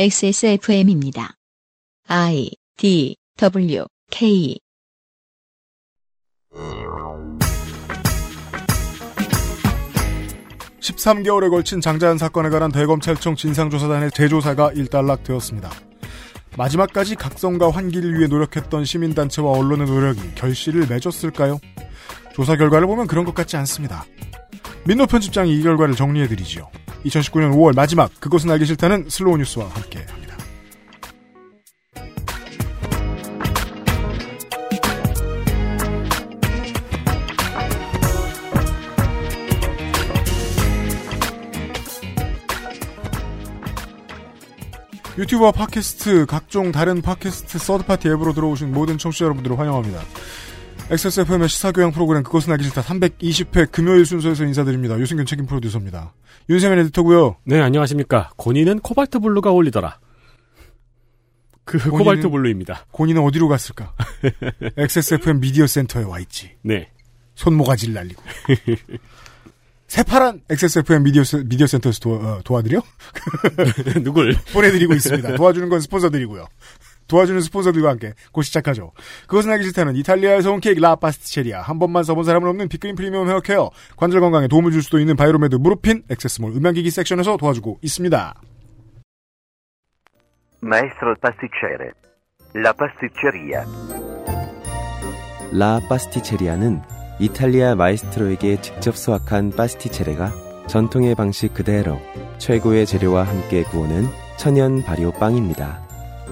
XSFM입니다. I D W K 음. 13개월에 걸친 장자연 사건에 관한 대검찰청 진상조사단의 재조사가 일단락되었습니다. 마지막까지 각성과 환기를 위해 노력했던 시민단체와 언론의 노력이 결실을 맺었을까요? 조사 결과를 보면 그런 것 같지 않습니다. 민노 편집장이 이 결과를 정리해드리지요. 2019년 5월 마지막 그것은 알기 싫다는 슬로우 뉴스와 함께합니다. 유튜브와 팟캐스트, 각종 다른 팟캐스트 서드파티 앱으로 들어오신 모든 청취자 여러분들을 환영합니다. XSFM의 시사교양 프로그램 그것은 알기 싫다 320회 금요일 순서에서 인사드립니다. 유승균 책임 프로듀서입니다. 윤세민 에디터고요. 네, 안녕하십니까. 권위는 코발트 블루가 올리더라. 그 권위는- 코발트 블루입니다. 고인은 어디로 갔을까? XSFM 미디어 센터에 와 있지. 네. 손모가지를 날리고. 새파란 XSFM 미디어, 센- 미디어 센터에서 도, 어, 도와드려? 누굴? 보내드리고 있습니다. 도와주는 건 스폰서들이고요. 도와주는 스폰서들과 함께 곧 시작하죠. 그것은 알기 싫다는 이탈리아에서 온 케이크 라파스티체리아. 한 번만 써본 사람은 없는 빅그린 프리미엄 헤어케어. 관절 건강에 도움을 줄 수도 있는 바이로메드 무릎핀 액세스몰 음향기기 섹션에서 도와주고 있습니다. Maestro pasticcere. La pasticceria. 라 파스티체리아는 이탈리아 마이스트로에게 직접 수확한 파스티체레가 전통의 방식 그대로 최고의 재료와 함께 구우는 천연 발효 빵입니다.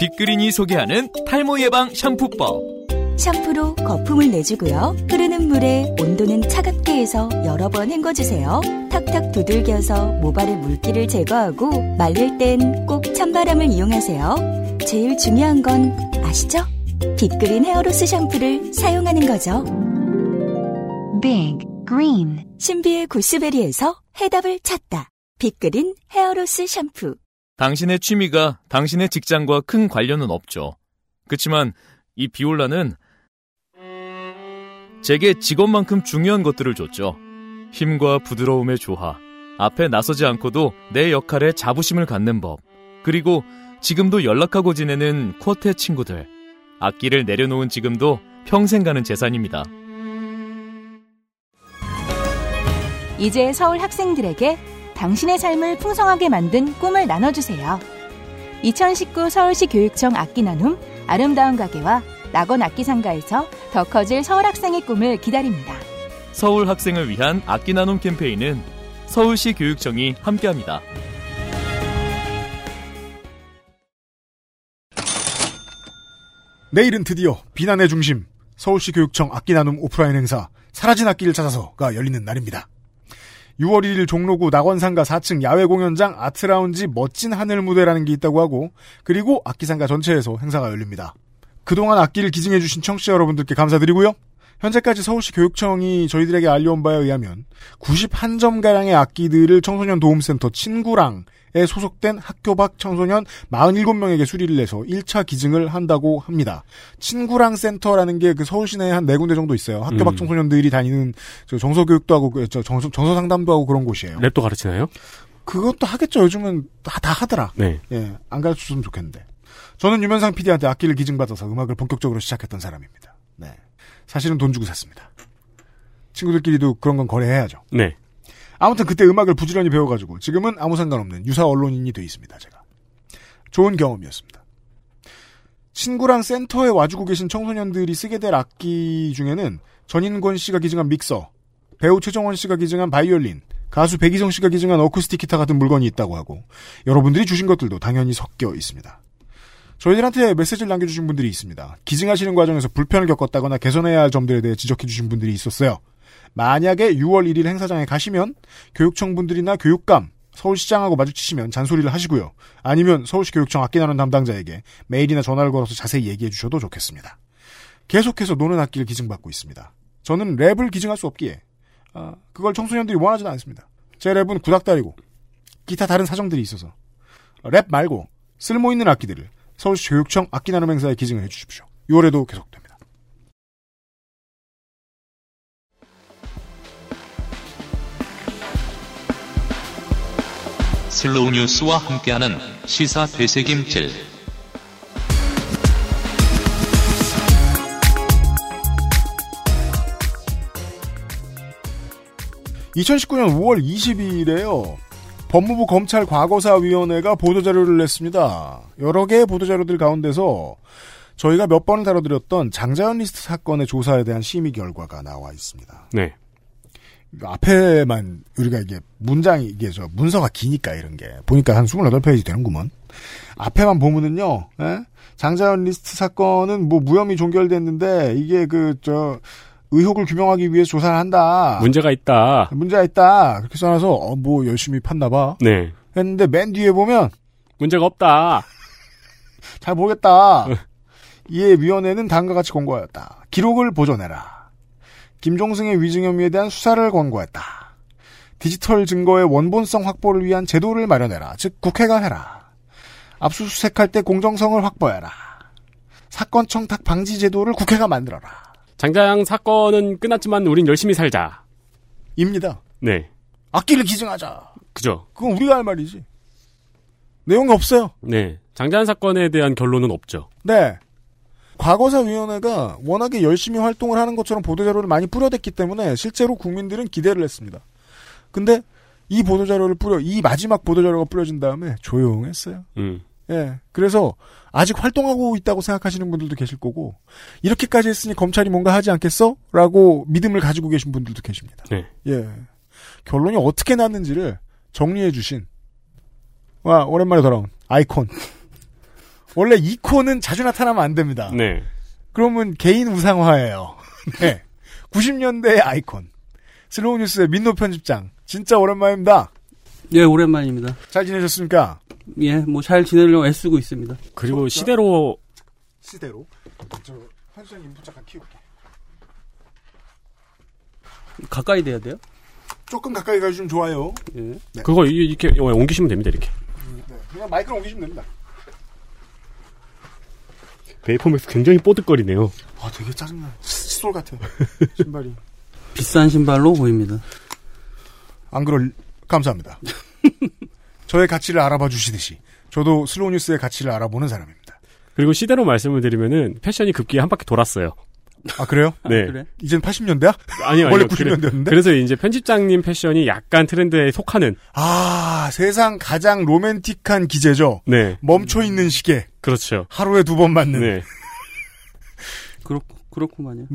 빅그린이 소개하는 탈모 예방 샴푸법. 샴푸로 거품을 내주고요. 흐르는 물에 온도는 차갑게 해서 여러 번 헹궈주세요. 탁탁 두들겨서 모발의 물기를 제거하고 말릴 땐 꼭 찬바람을 이용하세요. 제일 중요한 건 아시죠? 빅그린 헤어로스 샴푸를 사용하는 거죠. Big Green 신비의 구스베리에서 해답을 찾다. 빅그린 헤어로스 샴푸. 당신의 취미가 당신의 직장과 큰 관련은 없죠. 그치만 이 비올라는 제게 직업만큼 중요한 것들을 줬죠. 힘과 부드러움의 조화, 앞에 나서지 않고도 내 역할에 자부심을 갖는 법, 그리고 지금도 연락하고 지내는 쿼테 친구들. 악기를 내려놓은 지금도 평생 가는 재산입니다. 이제 서울 학생들에게 당신의 삶을 풍성하게 만든 꿈을 나눠주세요. 2019 서울시 교육청 악기 나눔 아름다운 가게와 낙원 악기 상가에서 더 커질 서울 학생의 꿈을 기다립니다. 서울 학생을 위한 악기 나눔 캠페인은 서울시 교육청이 함께합니다. 내일은 드디어 비난의 중심 서울시 교육청 악기 나눔 오프라인 행사 사라진 악기를 찾아서가 열리는 날입니다. 6월 1일 종로구 낙원상가 4층 야외 공연장 아트라운지 멋진 하늘 무대라는 게 있다고 하고 그리고 악기상가 전체에서 행사가 열립니다. 그동안 악기를 기증해주신 청취자 여러분들께 감사드리고요. 현재까지 서울시 교육청이 저희들에게 알려온 바에 의하면 91점가량의 악기들을 청소년 도움센터 친구랑에 소속된 학교 밖 청소년 47명에게 수리를 해서 1차 기증을 한다고 합니다. 친구랑 센터라는 게 그 서울 시내에 한 네 군데 정도 있어요. 학교 밖 음. 청소년들이 다니는 저 정서교육도 하고 그- 저 정서, 정서 상담도 하고 그런 곳이에요. 랩도 가르치나요? 그것도 하겠죠. 요즘은 다, 다 하더라. 네. 예, 안 가르쳐줬으면 좋겠는데. 저는 유면상 PD한테 악기를 기증받아서 음악을 본격적으로 시작했던 사람입니다. 네. 사실은 돈 주고 샀습니다. 친구들끼리도 그런 건 거래해야죠. 네. 아무튼 그때 음악을 부지런히 배워가지고 지금은 아무 상관없는 유사 언론인이 돼 있습니다. 제가 좋은 경험이었습니다. 친구랑 센터에 와주고 계신 청소년들이 쓰게 될 악기 중에는 전인권 씨가 기증한 믹서, 배우 최정원 씨가 기증한 바이올린, 가수 백이성 씨가 기증한 어쿠스틱 기타 같은 물건이 있다고 하고 여러분들이 주신 것들도 당연히 섞여 있습니다. 저희들한테 메시지를 남겨주신 분들이 있습니다. 기증하시는 과정에서 불편을 겪었다거나 개선해야 할 점들에 대해 지적해주신 분들이 있었어요. 만약에 6월 1일 행사장에 가시면 교육청 분들이나 교육감 서울시장하고 마주치시면 잔소리를 하시고요. 아니면 서울시 교육청 악기나눔 담당자에게 메일이나 전화를 걸어서 자세히 얘기해 주셔도 좋겠습니다. 계속해서 노는 악기를 기증받고 있습니다. 저는 랩을 기증할 수 없기에 아, 그걸 청소년들이 원하지는 않습니다. 제 랩은 구닥다리고 기타 다른 사정들이 있어서 랩 말고 쓸모 있는 악기들을 서울시 교육청 악기 나눔 행사에 기증을 해주십시오. 6월에도 계속됩니다. 슬로우 뉴스와 함께하는 시사 되새김질. 2019년 5월 20일에요. 법무부 검찰 과거사위원회가 보도자료를 냈습니다. 여러 개의 보도자료들 가운데서 저희가 몇 번을 다뤄드렸던 장자연 리스트 사건의 조사에 대한 심의 결과가 나와 있습니다. 그러니까 네. 앞에만 우리가 이게 문장이 이게 저 문서가 기니까 이런 게 보니까 한 28페이지 되는구먼. 앞에만 보면은요. 예? 장자연 리스트 사건은 뭐 무혐의 종결됐는데 이게 그 저 의혹을 규명하기 위해 서 조사를 한다. 문제가 있다. 문제가 있다. 그렇게 써놔서 어, 뭐 열심히 팠나 봐. 네. 했는데 맨 뒤에 보면 문제가 없다. 잘 모르겠다. 이에 위원회는 다음과 같이 권고하였다. 기록을 보존해라. 김종승의 위증 혐의에 대한 수사를 권고했다. 디지털 증거의 원본성 확보를 위한 제도를 마련해라. 즉 국회가 해라. 압수수색할 때 공정성을 확보해라. 사건 청탁 방지 제도를 국회가 만들어라. 장자양 사건은 끝났지만 우린 열심히 살자. 입니다. 네. 악기를 기증하자. 그죠. 그건 우리가 할 말이지. 내용이 없어요. 네. 장자양 사건에 대한 결론은 없죠. 네. 과거사위원회가 워낙에 열심히 활동을 하는 것처럼 보도자료를 많이 뿌려댔기 때문에 실제로 국민들은 기대를 했습니다. 근데 이 보도자료를 뿌려, 이 마지막 보도자료가 뿌려진 다음에 조용했어요. 음. 예. 그래서 아직 활동하고 있다고 생각하시는 분들도 계실 거고, 이렇게까지 했으니 검찰이 뭔가 하지 않겠어? 라고 믿음을 가지고 계신 분들도 계십니다. 네. 예. 결론이 어떻게 났는지를 정리해 주신, 와, 오랜만에 돌아온 아이콘. 원래 이콘은 자주 나타나면 안 됩니다. 네. 그러면 개인 우상화예요. 네. 90년대의 아이콘. 슬로우 뉴스의 민노 편집장. 진짜 오랜만입니다. 예, 오랜만입니다. 잘 지내셨습니까? 예, 뭐 잘 지내려고 애쓰고 있습니다. 그리고 시대로 시대로. 저, 한수장 인부 잠깐 키울게. 가까이 돼야 돼요? 조금 가까이 가주시면 좋아요. 예. 그거 이- 이렇게 어, 옮기시면 됩니다. 이렇게. 네. 그냥 마이크를 옮기시면 됩니다. 베이퍼맥스 굉장히 뽀득거리네요. 아, 되게 짜증나. 칫솔 같아요. 신발이. 비싼 신발로 보입니다. 안 그럴, 감사합니다. 저의 가치를 알아봐 주시듯이. 저도 슬로우 뉴스의 가치를 알아보는 사람입니다. 그리고 시대로 말씀을 드리면은 패션이 급기에 한 바퀴 돌았어요. 아, 그래요? 네. 그래? 이젠 80년대야? 아니요, 아니요. 원래 그래- 90년대였는데? 그래서 이제 편집장님 패션이 약간 트렌드에 속하는. 아, 세상 가장 로맨틱한 기재죠. 네. 멈춰 있는 시계. 그렇죠. 하루에 두 번 맞는. 네. 네. 그렇 그렇구만요.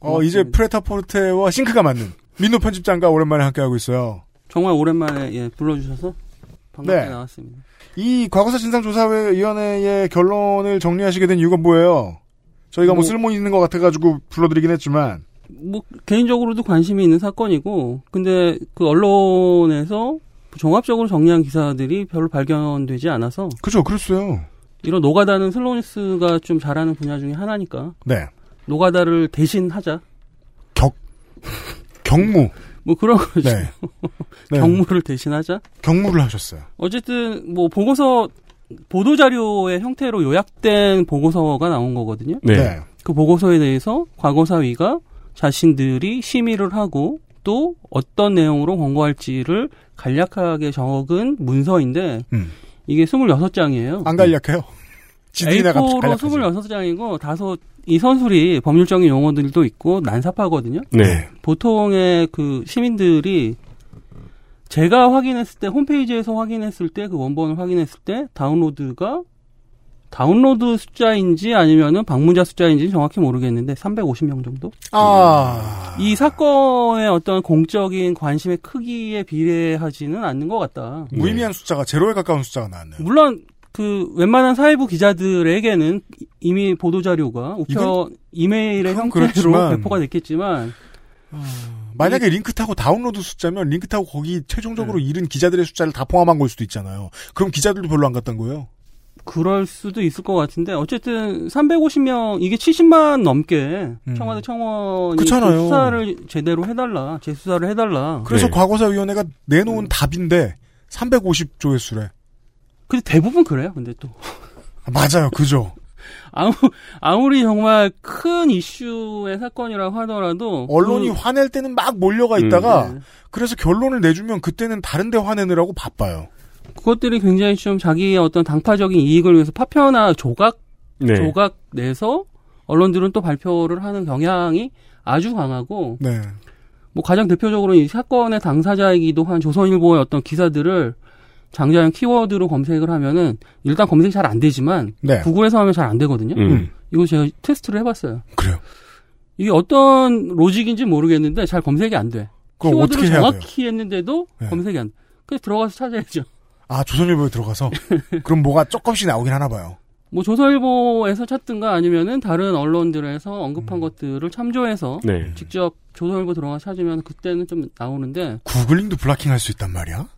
어, 이제 고맙습니다. 프레타포르테와 싱크가 맞는 민노 편집장과 오랜만에 함께하고 있어요. 정말 오랜만에 예, 불러주셔서 반갑게 네. 나왔습니다. 이 과거사 진상조사위원회의 결론을 정리하시게 된 이유가 뭐예요? 저희가 뭐, 뭐- 쓸모 있는 것 같아가지고 불러드리긴 했지만, 뭐 개인적으로도 관심이 있는 사건이고, 근데 그 언론에서 종합적으로 정리한 기사들이 별로 발견되지 않아서 그죠, 그랬어요. 이런 노가다는 슬로우니스가 좀 잘하는 분야 중에 하나니까 네. 노가다를 대신하자 경무. 뭐 그런 거죠. 네. 네. 경무를 대신하자. 경무를 하셨어요. 어쨌든 뭐 보고서 보도 자료의 형태로 요약된 보고서가 나온 거거든요. 네. 그 보고서에 대해서 과거사위가 자신들이 심의를 하고 또 어떤 내용으로 권고할지를 간략하게 적은 문서인데 음. 이게 26장이에요. 안 간략해요. 아, 지들이나 갑자기 A4로 간략하지. 26장이고 다소 이 선술이 법률적인 용어들도 있고 난삽하거든요. 네. 보통의 그 시민들이 제가 확인했을 때 홈페이지에서 확인했을 때 그 원본을 확인했을 때 다운로드가 다운로드 숫자인지 아니면은 방문자 숫자인지 정확히 모르겠는데 350명 정도? 아. 이 사건의 어떤 공적인 관심의 크기에 비례하지는 않는 것 같다. 무의미한 숫자가 제로에 가까운 숫자가 나왔네요. 물론 그 웬만한 사회부 기자들에게는 이- 이미 보도 자료가 우편 이메일의 그건 형태로 그렇지만 배포가 됐겠지만 만약에 링크 타고 다운로드 숫자면 링크 타고 거기 최종적으로 잃은 기자들의 숫자를 다 포함한 걸 수도 있잖아요. 그럼 기자들도 별로 안 갔던 거예요. 그럴 수도 있을 것 같은데 어쨌든 350명 이게 70만 넘게 음. 청와대 청원이 그렇잖아요. 그 수사를 제대로 해달라 재수사를 해달라. 그래서 네. 과거사위원회가 내놓은 답인데 350조의 수래. 근데 대부분 그래요. 근데 또 맞아요, 그죠? 아무 아무리 정말 큰 이슈의 사건이라고 하더라도 언론이 그- 화낼 때는 막 몰려가 음. 있다가 네. 그래서 결론을 내주면 그때는 다른데 화내느라고 바빠요. 그것들이 굉장히 좀 자기의 어떤 당파적인 이익을 위해서 파편화 조각 네. 조각 내서 언론들은 또 발표를 하는 경향이 아주 강하고 네. 뭐 가장 대표적으로 이 사건의 당사자이기도 한 조선일보의 어떤 기사들을 장자연 키워드로 검색을 하면은 일단 검색이 잘 안 되지만 네. 구글에서 하면 잘 안 되거든요. 음. 이거 제가 테스트를 해봤어요. 그래요. 이게 어떤 로직인지 모르겠는데 잘 검색이 안 돼. 그럼 키워드를 어떻게 해야 돼요? 정확히 했는데도 네. 검색이 안 돼. 그래서 들어가서 찾아야죠. 아, 조선일보에 들어가서 그럼 뭐가 조금씩 나오긴 하나 봐요. 뭐 조선일보에서 찾든가 아니면은 다른 언론들에서 음. 언급한 것들을 참조해서 네. 직접 조선일보 들어가서 찾으면 그때는 좀 나오는데 구글링도 블라킹 할 수 있단 말이야?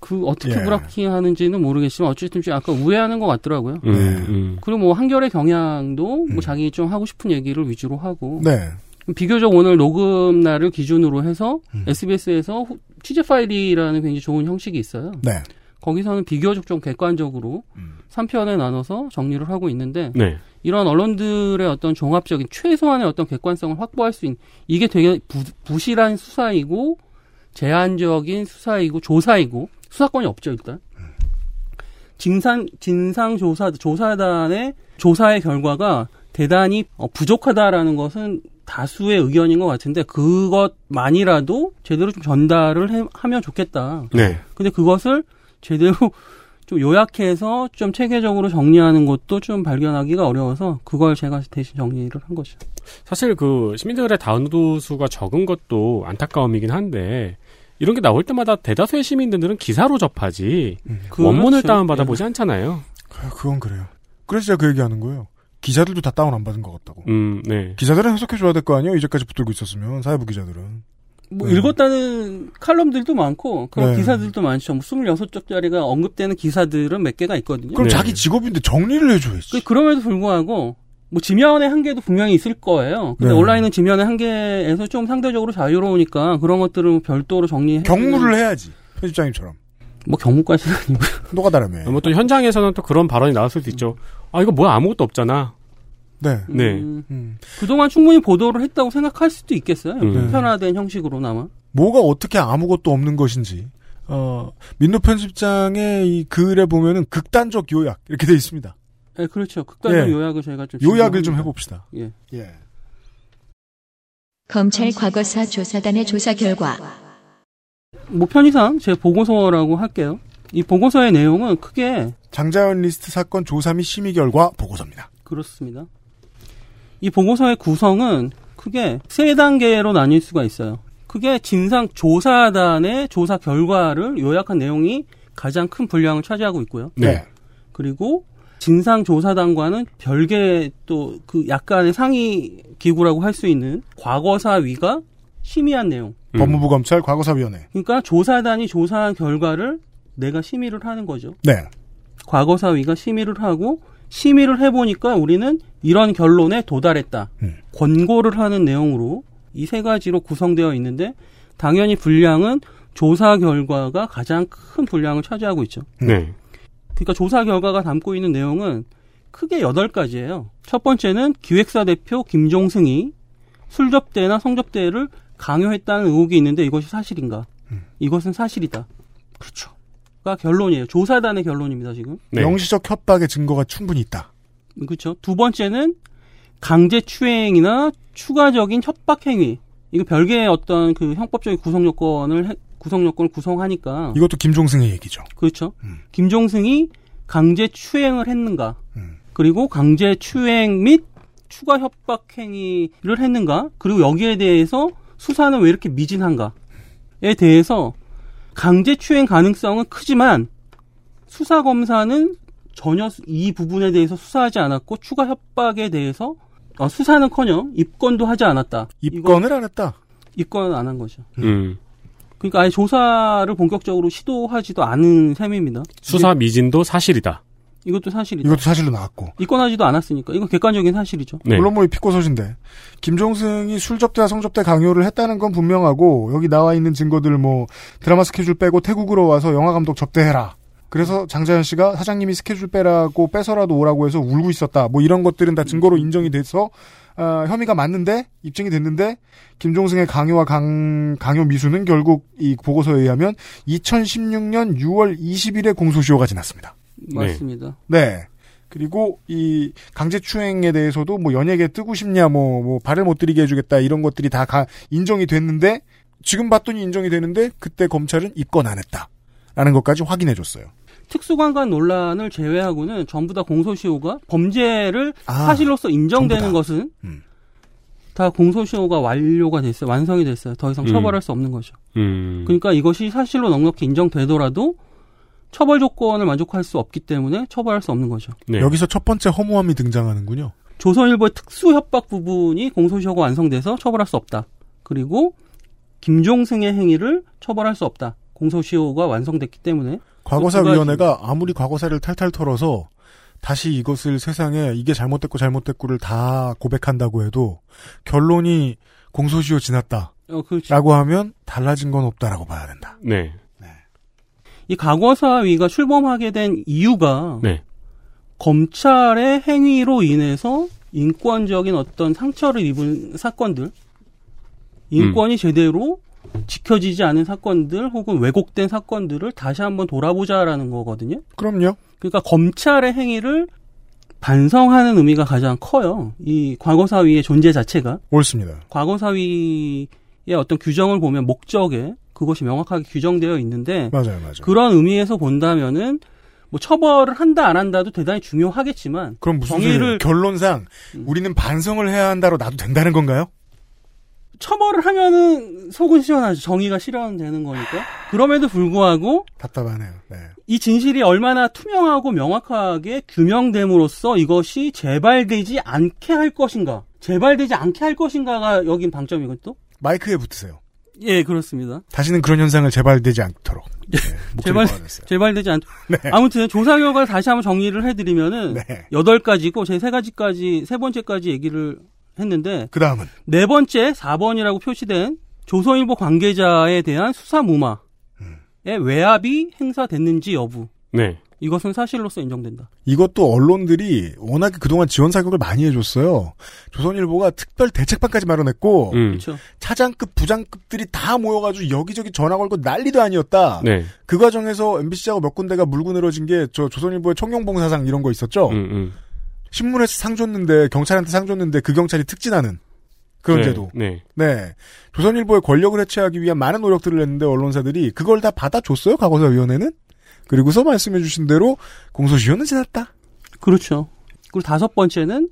그 어떻게 예. 브라킹하는지는 모르겠지만 어쨌든 좀 약간 우회하는 것 더라고요. 음, 네. 음. 그리고 뭐 한결의 경향도 음. 뭐 자기 좀 하고 싶은 얘기를 위주로 하고 네. 비교적 오늘 녹음 날을 기준으로 해서 음. SBS에서 취재 파일이라는 굉장히 좋은 형식이 있어요. 네. 거기서는 비교적 좀 객관적으로 음. 3편에 나눠서 정리를 하고 있는데 네. 이런 언론들의 어떤 종합적인 최소한의 어떤 객관성을 확보할 수 있는 이게 되게 부, 실한 수사이고 제한적인 수사이고 조사이고 수사권이 없죠 일단 진상 진상 조사 조사단의 조사의 결과가 대단히 어, 부족하다라는 것은 다수의 의견인 것 같은데 그것만이라도 제대로 좀 전달을 해- 하면 좋겠다. 네. 근데 그것을 제대로 좀 요약해서 좀 체계적으로 정리하는 것도 좀 발견하기가 어려워서 그걸 제가 대신 정리를 한 거죠. 사실 그 시민들의 다운로드 수가 적은 것도 안타까움이긴 한데 이런 게 나올 때마다 대다수의 시민들은 기사로 접하지 원문을 그렇죠. 다운받아 보지 않잖아요. 음, 그- 그건 그래요. 그래서 제가 그 얘기하는 거예요. 기자들도 다 다운 안 받은 것 같다고. 음, 네. 기자들은 해석해줘야 될 거 아니에요? 이제까지 붙들고 있었으면 사회부 기자들은. 뭐 네. 읽었다는 칼럼들도 많고 그런 네. 기사들도 많죠. 뭐 26쪽짜리가 언급되는 기사들은 몇 개가 있거든요. 그럼 네. 자기 직업인데 정리를 해줘야지. 그, 럼에도 불구하고 뭐 지면의 한계도 분명히 있을 거예요. 근데 네. 온라인은 지면의 한계에서 좀 상대적으로 자유로우니까 그런 것들을 별도로 정리해 경무를 해야지. 편집장님처럼. 뭐 경무까지는 아니고 노가다라며. 뭐 또 현장에서는 또 그런 발언이 나왔을 수 있죠. 아 이거 뭐야 아무것도 없잖아. 네. 네. 음, 음. 그동안 충분히 보도를 했다고 생각할 수도 있겠어요. 뭐 음. 보편화된 형식으로나마. 뭐가 어떻게 아무것도 없는 것인지. 어, 민노 편집장의 이 글에 보면은 극단적 요약. 이렇게 돼 있습니다. 네, 그렇죠. 극단적 예. 요약을 저희가 좀 요약을 진행합니다. 좀 해봅시다. 예. 예. 검찰 과거사 조사단의 조사 결과 뭐 편의상 제 보고서라고 할게요. 이 보고서의 내용은 크게 장자연 리스트 사건 조사 및 심의 결과 보고서입니다. 그렇습니다. 이 보고서의 구성은 크게 세 단계로 나뉠 수가 있어요. 크게 진상 조사단의 조사 결과를 요약한 내용이 가장 큰 분량을 차지하고 있고요. 네. 그리고 진상 조사단과는 별개 또 그 약간의 상위 기구라고 할 수 있는 과거사위가 심의한 내용. 음. 법무부 검찰 과거사위원회. 그러니까 조사단이 조사한 결과를 내가 심의를 하는 거죠. 네. 과거사위가 심의를 하고 심의를 해보니까 우리는 이런 결론에 도달했다. 음. 권고를 하는 내용으로 이 세 가지로 구성되어 있는데 당연히 분량은 조사 결과가 가장 큰 분량을 차지하고 있죠. 음. 네. 그러니까 조사 결과가 담고 있는 내용은 크게 여덟 가지예요첫 번째는 기획사 대표 김종승이 술접대나 성접대를 강요했다는 의혹이 있는데 이것이 사실인가? 이것은 사실이다. 음. 그렇죠. 가 결론이에요. 조사단의 결론입니다, 지금. 네. 명시적 협박의 증거가 충분히 있다. 그렇죠. 두 번째는 강제 추행이나 추가적인 협박 행위. 이거 별개의 어떤 그 형법적인 구성 요건을 해- 구성 요건을 구성하니까 이것도 김종승의 얘기죠. 그렇죠. 음. 김종승이 강제 추행을 했는가? 음. 그리고 강제 추행 및 추가 협박 행위를 했는가? 그리고 여기에 대해서 수사는 왜 이렇게 미진한가?에 대해서 강제 추행 가능성은 크지만 수사 검사는 전혀 수- 이 부분에 대해서 수사하지 않았고 추가 협박에 대해서는 수사는커녕 입건도 어, 하지 않았다. 이거- 입건을 안 했다. 입건 안 한 거죠. 음. 그러니까 아예 조사를 본격적으로 시도하지도 않은 셈입니다. 수사 미진도 사실이다. 이게- 이것도 사실이죠. 이것도 사실로 나왔고. 입건하지도 않았으니까 이건 객관적인 사실이죠. 네. 물론 뭐 이 피꼬소신데 김종승이 술접대와 성접대 강요를 했다는 건 분명하고 여기 나와 있는 증거들 뭐 드라마 스케줄 빼고 태국으로 와서 영화 감독 접대해라. 그래서 장자연 씨가 사장님이 스케줄 빼라고 빼서라도 오라고 해서 울고 있었다. 뭐 이런 것들은 다 증거로 인정이 돼서 아, 혐의가 맞는데 입증이 됐는데 김종승의 강요와 강, 강요 미수는 결국 이 보고서에 의하면 2016년 6월 20일에 공소시효가 지났습니다. 맞습니다. 네. 그리고 이 강제추행에 대해서도 뭐 연예계 뜨고 싶냐, 뭐, 뭐 발을 못 들이게 해주겠다 이런 것들이 다 가- 인정이 됐는데 지금 봤더니 인정이 되는데 그때 검찰은 입건 안 했다. 라는 것까지 확인해 줬어요. 특수관관 논란을 제외하고는 전부 다 공소시효가 범죄를 아, 사실로서 인정되는 전부 것은 음. 다 공소시효가 완료가 됐어요. 완성이 됐어요. 더 이상 음. 처벌할 수 없는 거죠. 음. 그러니까 이것이 사실로 넉넉히 인정되더라도 처벌 조건을 만족할 수 없기 때문에 처벌할 수 없는 거죠. 네. 여기서 첫 번째 허무함이 등장하는군요. 조선일보의 특수협박 부분이 공소시효가 완성돼서 처벌할 수 없다. 그리고 김종승의 행위를 처벌할 수 없다. 공소시효가 완성됐기 때문에 그 과거사위원회가 아무리 과거사를 탈탈 털어서 다시 이것을 세상에 이게 잘못됐고 잘못됐고를 다 고백한다고 해도 결론이 공소시효 지났다라고 어, 그 아. 하면 달라진 건 없다라고 봐야 된다. 네. 이 과거사위가 출범하게 된 이유가 네. 검찰의 행위로 인해서 인권적인 어떤 상처를 입은 사건들, 인권이 제대로 지켜지지 않은 사건들 혹은 왜곡된 사건들을 다시 한번 돌아보자라는 거거든요. 그럼요. 그러니까 검찰의 행위를 반성하는 의미가 가장 커요. 이 과거사위의 존재 자체가 옳습니다. 과거사위의 어떤 규정을 보면 목적에 그것이 명확하게 규정되어 있는데 맞아요, 맞아요. 그렇죠. 그런 의미에서 본다면은 뭐 처벌을 한다 안 한다도 대단히 중요하겠지만 그럼 무슨 정의를- 음. 소리예요? 결론상 우리는 반성을 해야 한다로 나도 된다는 건가요? 처벌을 하면은 속은 시원하죠. 정의가 실현되는 거니까. 그럼에도 불구하고 답답하네요. 네. 이 진실이 얼마나 투명하고 명확하게 규명됨으로써 이것이 재발되지 않게 할 것인가. 재발되지 않게 할 것인가가 여긴 방점이거든요. 또? 마이크에 붙으세요. 예, 그렇습니다. 다시는 그런 현상을 재발되지 않도록. 네. 목소리 제발- 보완했어요. 재발되지 않. 아무튼 조사 결과를 다시 한번 정리를 해드리면은 네. 여덟 가지고 제 세 가지까지 세 번째까지 얘기를 했는데 그 다음은 네 번째 4번이라고 표시된 조선일보 관계자에 대한 수사 무마의 외압이 행사됐는지 여부 네. 이것은 사실로서 인정된다. 이것도 언론들이 워낙에 그동안 지원 사격을 많이 해줬어요. 조선일보가 특별 대책반까지 마련했고 음. 그렇죠. 차장급, 부장급들이 다 모여가지고 여기저기 전화 걸고 난리도 아니었다. 네. 그 과정에서 MBC하고 몇 군데가 물고 늘어진 게 저 조선일보의 청룡봉사상 이런 거 있었죠. 음, 음. 신문에서 상 줬는데 경찰한테 상 줬는데 그 경찰이 특진하는 그런 네, 제도. 네. 네. 조선일보의 권력을 해체하기 위한 많은 노력들을 했는데 언론사들이 그걸 다 받아줬어요. 과거사위원회는. 그리고서 말씀해주신 대로 공소시효는 지났다. 그렇죠. 그리고 다섯 번째는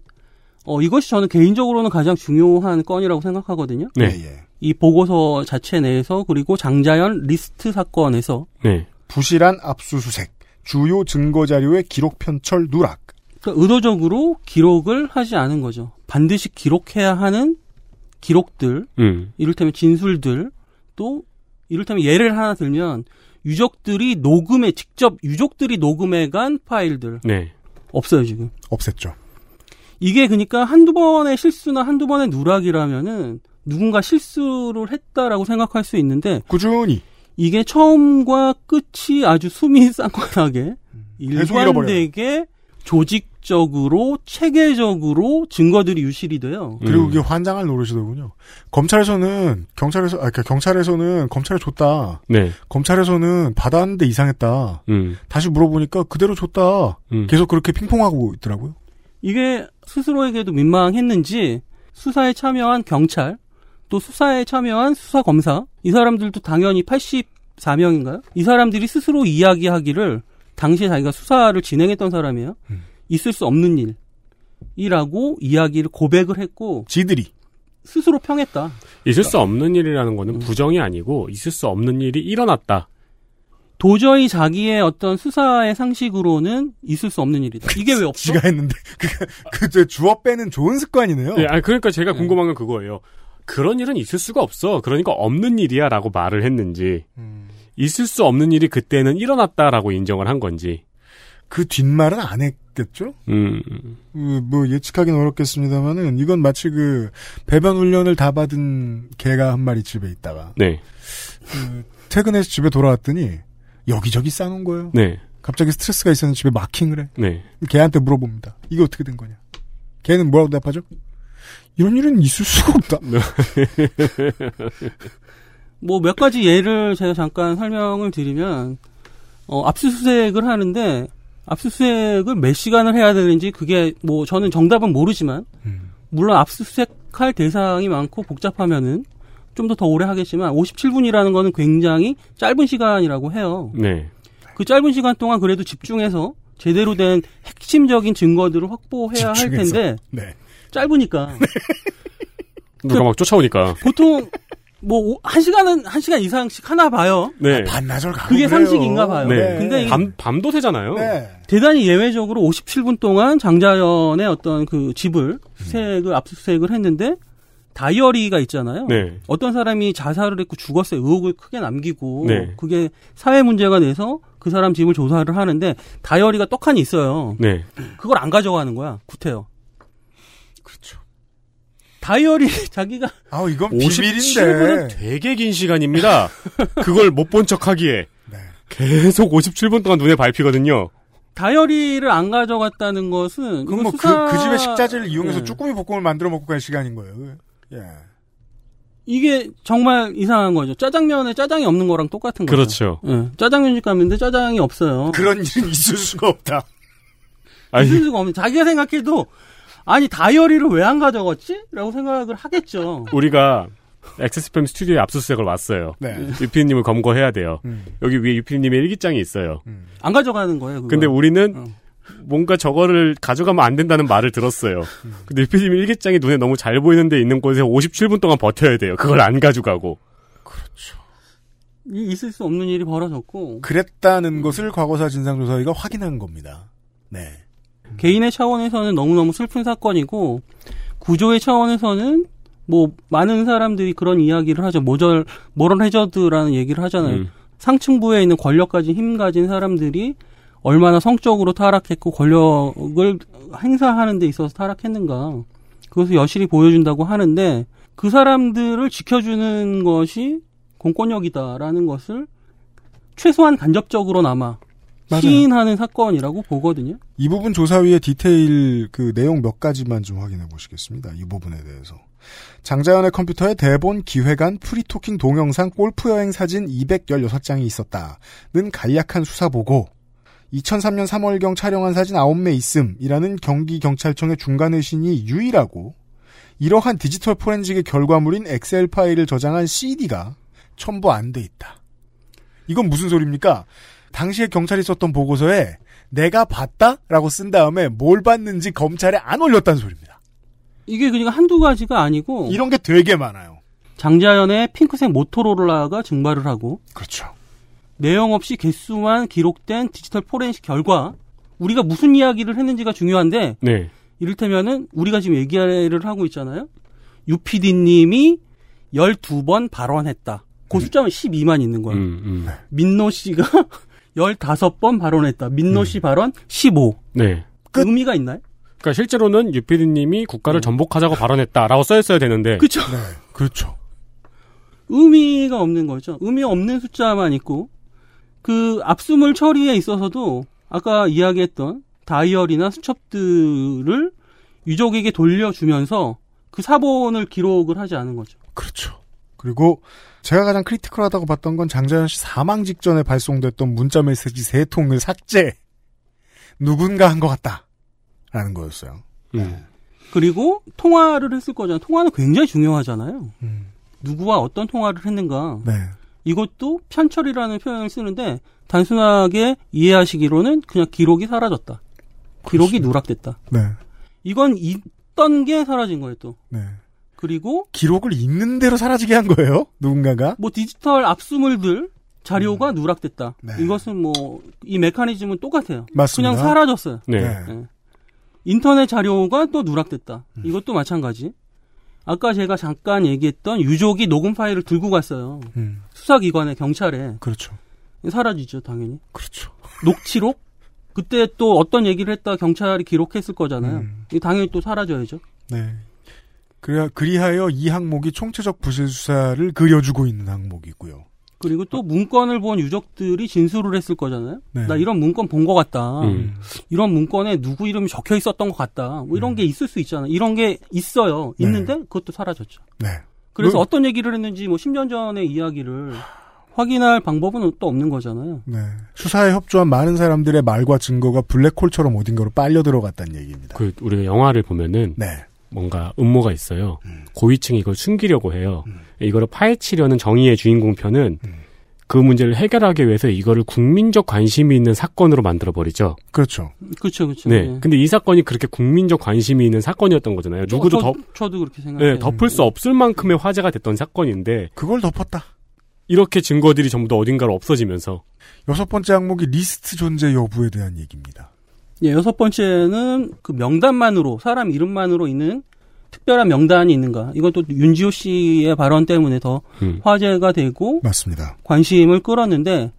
어, 이것이 저는 개인적으로는 가장 중요한 건이라고 생각하거든요. 네. 예, 예. 이 보고서 자체 내에서 그리고 장자연 리스트 사건에서 예. 네. 부실한 압수수색, 주요 증거 자료의 기록 편철 누락. 그러니까 의도적으로 기록을 하지 않은 거죠. 반드시 기록해야 하는 기록들 음. 이를테면 진술들 또 이를테면 예를 하나 들면 유족들이 녹음에 직접 유족들이 녹음해 간 파일들 네. 없어요 지금 없앴죠. 이게 그러니까 한두 번의 실수나 한두 번의 누락이라면은 누군가 실수를 했다라고 생각할 수 있는데 꾸준히 이게 처음과 끝이 아주 숨이 쌍관하게 음, 계속 잃어버려요. 일관되게 조직적으로 체계적으로 증거들이 유실이 돼요. 그리고 음. 그게 환장할 노릇이더군요. 검찰에서는 경찰에서 아 그러니까 경찰에서는 검찰에 줬다. 네. 검찰에서는 받았는데 이상했다. 음. 다시 물어보니까 그대로 줬다. 음. 계속 그렇게 핑퐁하고 있더라고요. 이게 스스로에게도 민망했는지 수사에 참여한 경찰 또 수사에 참여한 수사 검사 이 사람들도 당연히 84명인가요? 이 사람들이 스스로 이야기하기를 당시에 자기가 수사를 진행했던 사람이에요. 있을 수 없는 일이라고 이야기를 고백을 했고 지들이 스스로 평했다. 있을 수 없는 일이라는 음. 거는 부정이 아니고 있을 수 없는 일이 일어났다. 도저히 자기의 어떤 수사의 상식으로는 있을 수 없는 일이다. 이게 왜 없어? 그, 지가 했는데 그그 주어 빼는 좋은 습관이네요. 예, 네, 아 그러니까 제가 궁금한 건 그거예요. 그런 일은 있을 수가 없어. 그러니까 없는 일이야라고 말을 했는지 음. 있을 수 없는 일이 그때는 일어났다라고 인정을 한 건지. 그 뒷말은 안 했겠죠? 음. 그, 뭐 예측하기는 어렵겠습니다만은 이건 마치 그 배변 훈련을 다 받은 개가 한 마리 집에 있다가 네. 그 퇴근해서 집에 돌아왔더니 여기저기 싸놓은 거예요. 네. 갑자기 스트레스가 있었는데 집에 마킹을 해. 네. 개한테 물어봅니다. 이게 어떻게 된 거냐? 개는 뭐라고 대답하죠? 이런 일은 있을 수가 없다. 네. 뭐 몇 가지 예를 제가 잠깐 설명을 드리면 어, 압수수색을 하는데 압수수색을 몇 시간을 해야 되는지 그게 뭐 저는 정답은 모르지만 음. 물론 압수수색할 대상이 많고 복잡하면은 좀 더 더 오래 하겠지만 57분이라는 거는 굉장히 짧은 시간이라고 해요. 네. 그 짧은 시간 동안 그래도 집중해서 제대로 된 핵심적인 증거들을 확보해야 할 집중해서. 텐데 네. 짧으니까 누가 그 막 쫓아오니까. 보통 뭐 한 시간은 한 시간 이상씩 하나 봐요. 네. 반나절 가고 그게 그래요. 상식인가 봐요. 네. 근데 이게- 밤 밤도 새잖아요. 네. 대단히 예외적으로 57분 동안 장자연의 어떤 그 집을 수색을 압수수색을 했는데 다이어리가 있잖아요. 네. 어떤 사람이 자살을 했고 죽었어요. 의혹을 크게 남기고 네. 그게 사회 문제가 돼서 그 사람 집을 조사를 하는데 다이어리가 떡하니 있어요. 네. 그걸 안 가져가는 거야. 구태여. 그렇죠. 다이어리 자기가 아우 이건 57분은 비밀인데. 되게 긴 시간입니다. 그걸 못 본 척하기에 네. 계속 57분 동안 눈에 밟히거든요. 다이어리를 안 가져갔다는 것은 그럼 이거 뭐 그 수사- 그 집의 식자재를 이용해서 네. 쭈꾸미 볶음을 만들어 먹고 갈 시간인 거예요. 예. 이게 정말 이상한 거죠. 짜장면에 짜장이 없는 거랑 음. 똑같은 거죠. 그렇죠. 예, 짜장면집 갔는데 짜장이 없어요. 그런 일은 있을 수가 없다. 아니, 있을 수가 없는. 자기가 생각해도 아니 다이어리를 왜 안 가져갔지? 라고 생각을 하겠죠. 우리가 엑세스팸 스튜디오에 압수수색을 왔어요. 네. 유피님을 검거해야 돼요. 음. 여기 위에 유피님의 일기장이 있어요. 안 가져가는 거예요. 그걸. 음. 근데 우리는 어. 뭔가 저거를 가져가면 안 된다는 말을 들었어요. 음. 근데 유피님 일기장이 눈에 너무 잘 보이는 데 있는 곳에 57분 동안 버텨야 돼요. 그걸 안 가져가고. 이- 있을 수 없는 일이 벌어졌고 그랬다는 것을 과거사 진상조사위가 확인한 겁니다. 네. 개인의 차원에서는 너무너무 슬픈 사건이고 구조의 차원에서는 뭐 많은 사람들이 그런 이야기를 하죠. 모절 모럴 해저드라는 얘기를 하잖아요. 음. 상층부에 있는 권력 가진 힘 가진 사람들이 얼마나 성적으로 타락했고 권력을 행사하는 데 있어서 타락했는가 그것을 여실히 보여준다고 하는데 그 사람들을 지켜주는 것이 공권력이다라는 것을 최소한 간접적으로나마 맞아요. 시인하는 사건이라고 보거든요. 이 부분 조사위의 디테일 그 내용 몇 가지만 좀 확인해 보시겠습니다. 이 부분에 대해서. 장자연의 컴퓨터에 대본, 기획안, 프리토킹 동영상, 골프 여행 사진 216장이 있었다는 간략한 수사 보고 2003년 3월경 촬영한 사진 9매 있음이라는 경기경찰청의 중간의신이 유일하고 이러한 디지털 포렌식의 결과물인 엑셀 파일을 저장한 CD가 첨부 안 돼 있다. 이건 무슨 소리입니까? 당시에 경찰이 썼던 보고서에 내가 봤다라고 쓴 다음에 뭘 봤는지 검찰에 안 올렸다는 소리입니다. 이게 그러니까 한두 가지가 아니고 이런 게 되게 많아요. 장자연의 핑크색 모토로라가 증발을 하고 그렇죠. 내용 없이 개수만 기록된 디지털 포렌식 결과 우리가 무슨 이야기를 했는지가 중요한데 네. 이를테면은 우리가 지금 얘기를 하고 있잖아요. 유피디님이 12번 발언했다. 그 숫자는 12만 있는 거예요. 네. 음, 음. 민노 씨가 15번 발언했다. 민노 씨 발언 15. 음. 네. 의미가 있나요? 그러니까 실제로는 유피디님이 국가를 전복하자고 발언했다라고 써있어야 되는데 음. 그쵸. 그렇죠. 의미가 없는 거죠. 의미 없는 숫자만 있고 그 압수물 처리에 있어서도 아까 이야기했던 다이어리나 수첩들을 유족에게 돌려주면서 그 사본을 기록을 하지 않은 거죠. 그렇죠. 그리고 제가 가장 크리티컬하다고 봤던 건 장자연 씨 사망 직전에 발송됐던 문자 메시지 세 통을 삭제. 누군가 한 것 같다. 라는 거였어요. 음. 그리고 통화를 했을 거잖아요. 통화는 굉장히 중요하잖아요. 누구와 어떤 통화를 했는가. 네. 이것도 편철이라는 표현을 쓰는데 단순하게 이해하시기로는 그냥 기록이 사라졌다. 기록이 누락됐다. 네. 이건 있던 게 사라진 거예요, 또. 네. 그리고 기록을 있는 대로 사라지게 한 거예요? 누군가가? 뭐 디지털 압수물들 자료가 누락됐다. 네. 이것은 뭐 이 메커니즘은 똑같아요. 맞습니다. 그냥 사라졌어요. 네. 음. 인터넷 자료가 또 누락됐다. 이것도 마찬가지. 아까 제가 잠깐 얘기했던 유족이 녹음 파일을 들고 갔어요. 음. 수사기관에 경찰에 그렇죠. 사라지죠 당연히. 그렇죠. 녹취록? 그때 또 어떤 얘기를 했다 경찰이 기록했을 거잖아요. 음. 이거 당연히 또 사라져야죠. 네. 그래야 그리하여 이 항목이 총체적 부실 수사를 그려주고 있는 항목이고요. 그리고 또 문건을 본 유족들이 진술을 했을 거잖아요. 네. 나 이런 문건 본 것 같다. 음. 이런 문건에 누구 이름이 적혀 있었던 것 같다. 뭐 네. 이런 게 있을 수 있잖아요. 이런 게 있어요. 있는데 그것도 사라졌죠. 네. 그래서 음. 어떤 얘기를 했는지 뭐 10년 전의 이야기를 확인할 방법은 또 없는 거잖아요. 네. 수사에 협조한 많은 사람들의 말과 증거가 블랙홀처럼 어딘가로 빨려 들어갔다는 얘기입니다. 그 우리가 영화를 보면은 네. 뭔가 음모가 있어요. 고위층이 이걸 숨기려고 해요. 음. 이거를 파헤치려는 정의의 주인공 편은 그 문제를 해결하기 위해서 이거를 국민적 관심이 있는 사건으로 만들어 버리죠. 그렇죠. 그렇죠, 그렇죠. 네. 예. 근데 이 사건이 그렇게 국민적 관심이 있는 사건이었던 거잖아요. 누구도 저, 덮, 저, 도 그렇게 생각해요. 네, 덮을 수 없을 만큼의 화제가 됐던 사건인데 그걸 덮었다. 이렇게 증거들이 전부 다 어딘가로 없어지면서 여섯 번째 항목이 리스트 존재 여부에 대한 얘기입니다. 예, 여섯 번째는 그 명단만으로 사람 이름만으로 있는 특별한 명단이 있는가. 이건 또 윤지호 씨의 발언 때문에 더 음. 화제가 되고 맞습니다. 관심을 끌었는데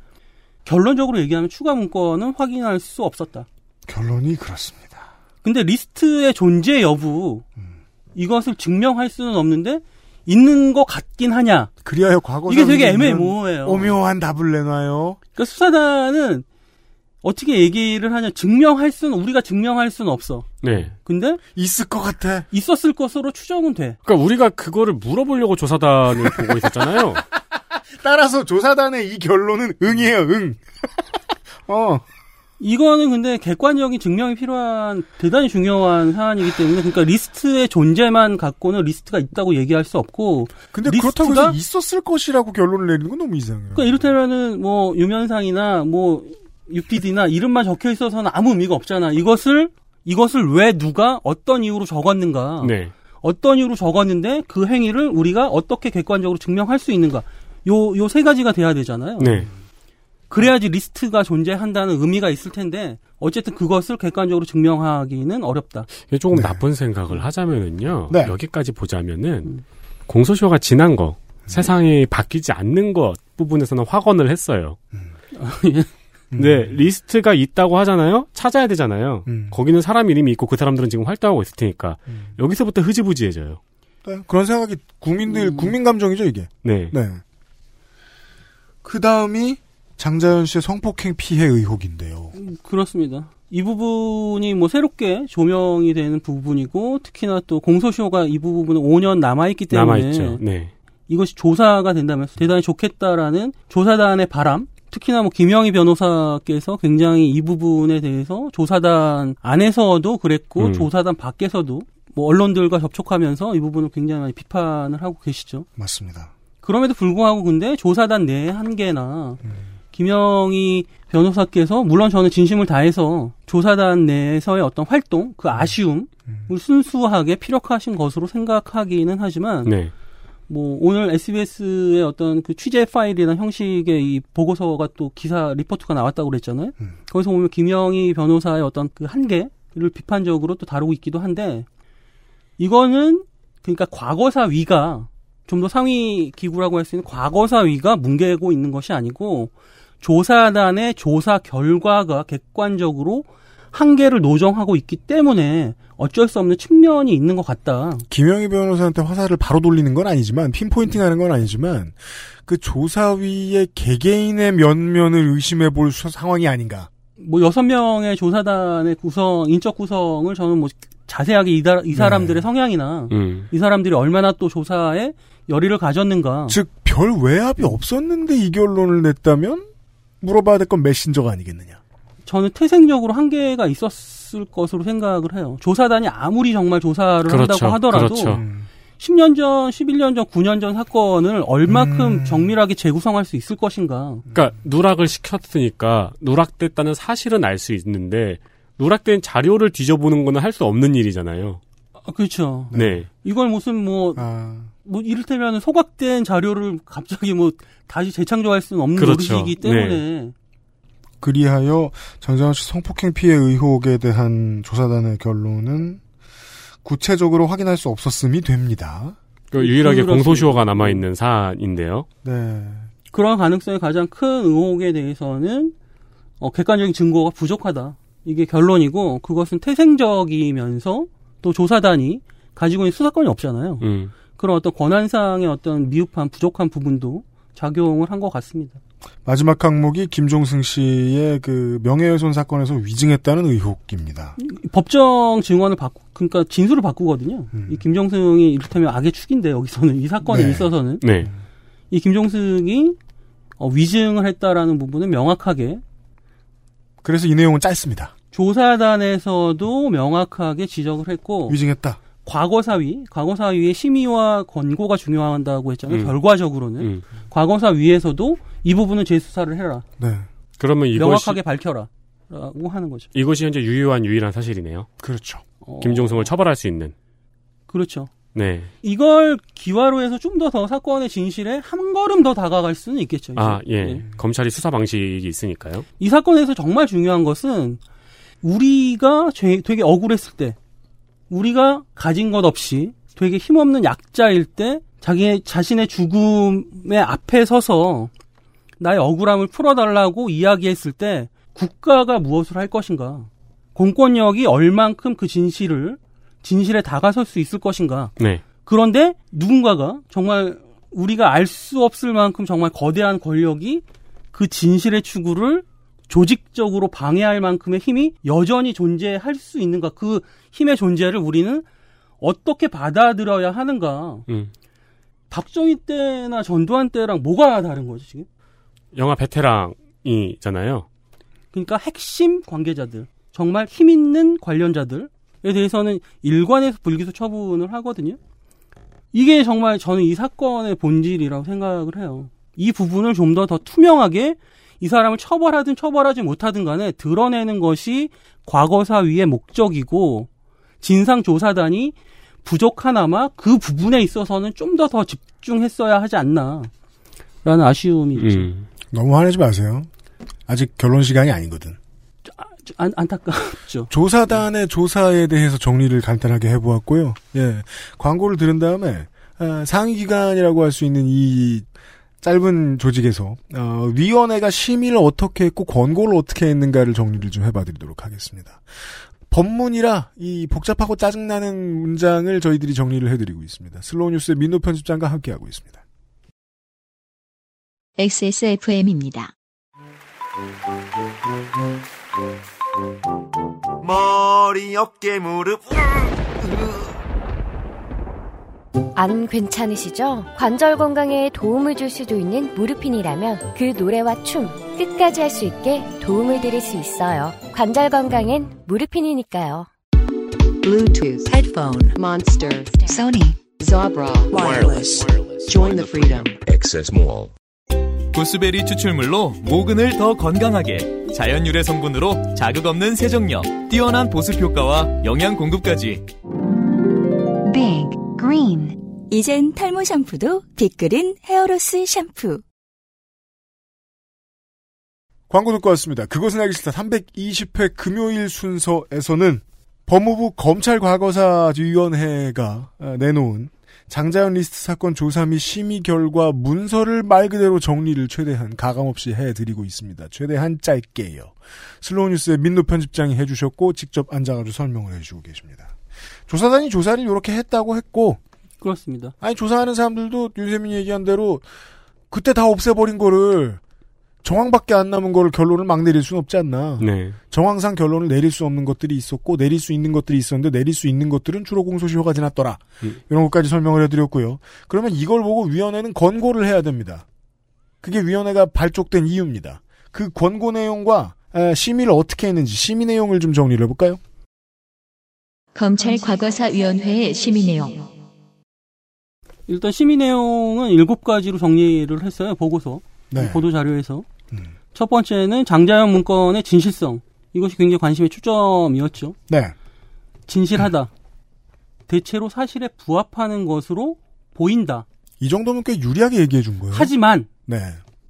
결론적으로 얘기하면 추가 문건은 확인할 수 없었다. 결론이 그렇습니다. 근데 리스트의 존재 여부 이것을 증명할 수는 없는데 있는 것 같긴 하냐. 그리하여 과거 이게 되게 상황에는 애매모호해요. 오묘한 답을 내놔요. 그러니까 수사단은 어떻게 얘기를 하냐. 증명할 수는 우리가 증명할 수는 없어. 네. 근데 있을 것 같아. 있었을 것으로 추정은 돼. 그러니까 우리가 그거를 물어보려고 조사단을 보고 있었잖아요. 따라서 조사단의 이 결론은 응이에요, 응. 어. 이거는 근데 객관적인 증명이 필요한 대단히 중요한 사안이기 때문에 그러니까 리스트의 존재만 갖고는 리스트가 있다고 얘기할 수 없고 근데 리스트가- 그렇다고 해서 있었을 것이라고 결론을 내리는 건 너무 이상해요. 그러니까 이를테면은 뭐 유면상이나 뭐 UPD나 이름만 적혀 있어서는 아무 의미가 없잖아. 이것을 이것을 왜 누가 어떤 이유로 적었는가? 네. 어떤 이유로 적었는데 그 행위를 우리가 어떻게 객관적으로 증명할 수 있는가? 요 요 세 가지가 돼야 되잖아요. 네. 그래야지 리스트가 존재한다는 의미가 있을 텐데 어쨌든 그것을 객관적으로 증명하기는 어렵다. 이게 조금 나쁜 생각을 하자면은요. 네. 여기까지 보자면은 공소시효가 지난 거, 세상이 바뀌지 않는 것 부분에서는 확언을 했어요. 근데 리스트가 있다고 하잖아요. 찾아야 되잖아요. 음. 거기는 사람 이름이 있고 그 사람들은 지금 활동하고 있을 테니까 여기서부터 흐지부지해져요. 네, 그런 생각이 국민들 음. 국민 감정이죠 이게. 네. 네. 그 다음이 장자연 씨의 성폭행 피해 의혹인데요. 그렇습니다. 이 부분이 뭐 새롭게 조명이 되는 부분이고 특히나 또 공소시효가 이 부분은 5년 남아 있기 때문에 남아있죠. 네. 이것이 조사가 된다면 대단히 좋겠다라는 조사단의 바람. 특히나 뭐 김영희 변호사께서 굉장히 이 부분에 대해서 조사단 안에서도 그랬고 음. 조사단 밖에서도 뭐 언론들과 접촉하면서 이 부분을 굉장히 많이 비판을 하고 계시죠. 맞습니다. 그럼에도 불구하고 근데 조사단 내 한계나 음. 김영희 변호사께서 물론 저는 진심을 다해서 조사단 내에서의 어떤 활동 그 아쉬움을 음. 순수하게 피력하신 것으로 생각하기는 하지만 네. 뭐 오늘 SBS의 어떤 그 취재 파일이나 형식의 이 보고서가 또 기사 리포트가 나왔다고 그랬잖아요. 거기서 보면 김영희 변호사의 어떤 그 한계를 비판적으로 또 다루고 있기도 한데 이거는 그러니까 과거사 위가 좀 더 상위 기구라고 할 수 있는 과거사 위가 뭉개고 있는 것이 아니고 조사단의 조사 결과가 객관적으로 한계를 노정하고 있기 때문에 어쩔 수 없는 측면이 있는 것 같다. 김영희 변호사한테 화살을 바로 돌리는 건 아니지만 핀포인팅하는 건 아니지만 그 조사위의 개개인의 면면을 의심해 볼 수- 상황이 아닌가. 뭐 여섯 명의 조사단의 구성 인적 구성을 저는 뭐 자세하게 이, 다- 이 사람들의 성향이나 네. 음. 이 사람들이 얼마나 또 조사에 열의를 가졌는가 즉 별 외압이 없었는데 이 결론을 냈다면 물어봐야 될 건 메신저가 아니겠느냐. 저는 태생적으로 한계가 있었을 것으로 생각을 해요. 조사단이 아무리 정말 조사를 그렇죠. 한다고 하더라도 그렇죠. 음. 10년 전, 11년 전, 9년 전 사건을 얼마큼 음. 정밀하게 재구성할 수 있을 것인가. 그러니까 누락을 시켰으니까 누락됐다는 사실은 알 수 있는데 누락된 자료를 뒤져보는 거는 할 수 없는 일이잖아요. 아, 그렇죠. 네. 이걸 무슨 뭐, 아, 뭐 이를테면 소각된 자료를 갑자기 뭐 다시 재창조할 수는 없는 그렇죠. 노릇이기 때문에 그리하여 장자연 씨 성폭행 피해 의혹에 대한 조사단의 결론은 구체적으로 확인할 수 없었음이 됩니다. 그 유일하게 그렇습니다. 공소시효가 남아있는 사안인데요. 네. 그런 가능성이 가장 큰 의혹에 대해서는 어, 객관적인 증거가 부족하다. 이게 결론이고 그것은 태생적이면서 또 조사단이 가지고 있는 수사권이 없잖아요. 음. 그런 어떤 권한상의 어떤 미흡한 부족한 부분도 작용을 한 것 같습니다. 마지막 항목이 김종승 씨의 그 명예훼손 사건에서 위증했다는 의혹입니다. 법정 증언을 바꾸 그러니까 진술을 바꾸거든요. 이 김종승이 이를테면 악의 축인데 여기서는 이 사건에 네. 있어서는 네. 이 김종승이 어, 위증을 했다라는 부분은 명확하게 그래서 이 내용은 짧습니다. 조사단에서도 명확하게 지적을 했고 위증했다. 과거사위, 과거사위의 심의와 권고가 중요하다고 했잖아요. 음. 결과적으로는 음. 과거사위에서도 이 부분은 재수사를 해라, 네. 그러면 이것이, 명확하게 밝혀라라고 하는 거죠. 이것이 현재 유효한 유일한 사실이네요. 그렇죠. 어, 김종성을 처벌할 수 있는. 그렇죠. 네. 이걸 기화로 해서 좀 더 더 사건의 진실에 한 걸음 더 다가갈 수는 있겠죠. 이제. 아, 예. 네. 검찰이 수사 방식이 있으니까요. 이 사건에서 정말 중요한 것은 우리가 죄- 되게 억울했을 때, 우리가 가진 것 없이 되게 힘없는 약자일 때, 자기 자신의 죽음의 앞에 서서 나의 억울함을 풀어달라고 이야기했을 때, 국가가 무엇을 할 것인가? 공권력이 얼만큼 그 진실을 진실에 다가설 수 있을 것인가? 네. 그런데 누군가가 정말 우리가 알 수 없을 만큼 정말 거대한 권력이 그 진실의 추구를 조직적으로 방해할 만큼의 힘이 여전히 존재할 수 있는가 그 힘의 존재를 우리는 어떻게 받아들여야 하는가 음. 박정희 때나 전두환 때랑 뭐가 다른 거죠 지금 영화 베테랑이잖아요. 그러니까 핵심 관계자들 정말 힘 있는 관련자들에 대해서는 일관해서 불기소 처분을 하거든요. 이게 정말 저는 이 사건의 본질이라고 생각을 해요. 이 부분을 좀 더 더 투명하게 이 사람을 처벌하든 처벌하지 못하든 간에 드러내는 것이 과거사위의 목적이고 진상조사단이 부족하나마 그 부분에 있어서는 좀 더 더 집중했어야 하지 않나라는 아쉬움이 있죠. 음. 너무 화내지 마세요. 아직 결론 시간이 아니거든. 안, 안타깝죠. 그렇죠. 조사단의 조사에 대해서 정리를 간단하게 해보았고요. 예. 광고를 들은 다음에 아, 상위기관이라고 할 수 있는 이 짧은 조직에서 어, 위원회가 심의를 어떻게 했고 권고를 어떻게 했는가를 정리를 좀 해봐드리도록 하겠습니다. 법문이라 이 복잡하고 짜증나는 문장을 저희들이 정리를 해드리고 있습니다. 슬로우 뉴스의 민노 편집장과 함께하고 있습니다. XSFM입니다. 머리, 어깨, 무릎. 안 괜찮으시죠? 관절 건강에 도움을 줄 수도 있는 무르핀이라면 그 노래와 춤 끝까지 할 수 있게 도움을 드릴 수 있어요. 관절 건강엔 무르핀이니까요. Bluetooth, headphone, monster, Sony, Zabra, wireless. Join the freedom. Access Mall. 구스베리 추출물로 모근을 더 건강하게 자연 유래 성분으로 자극 없는 세정력 뛰어난 보습 효과와 영양 공급까지 Big Green. 이젠 탈모 샴푸도 빅그린 헤어로스 샴푸. 광고 듣고 왔습니다. 그것은 알기 싫다 320회 금요일 순서에서는 법무부 검찰과거사위원회가 아, 내놓은 장자연 리스트 사건 조사 및 심의 결과 문서를 말 그대로 정리를 최대한 가감없이 해드리고 있습니다. 최대한 짧게요. 슬로우 뉴스의 민노 편집장이 해주셨고 직접 앉아가지고 설명을 해주고 계십니다. 조사단이 조사를 이렇게 했다고 했고 그렇습니다. 아니 조사하는 사람들도 윤세민이 얘기한 대로 그때 다 없애버린 거를 정황밖에 안 남은 거를 결론을 막 내릴 수는 없지 않나. 네. 정황상 결론을 내릴 수 없는 것들이 있었고 내릴 수 있는 것들이 있었는데 내릴 수 있는 것들은 주로 공소시효가 지났더라. 음. 이런 것까지 설명을 해드렸고요. 그러면 이걸 보고 위원회는 권고를 해야 됩니다. 그게 위원회가 발족된 이유입니다. 그 권고 내용과 에, 심의를 어떻게 했는지 심의 내용을 좀 정리를 해볼까요? 검찰 과거사위원회의 심의 내용. 일단 심의 내용은 일곱 가지로 정리를 했어요. 보고서, 네. 음. 보도 자료에서. 첫 번째는 장자연 문건의 진실성. 이것이 굉장히 관심의 초점이었죠. 네. 음. 진실하다. 대체로 사실에 부합하는 것으로 보인다. 이 정도면 꽤 유리하게 얘기해 준 거예요. 하지만, 네.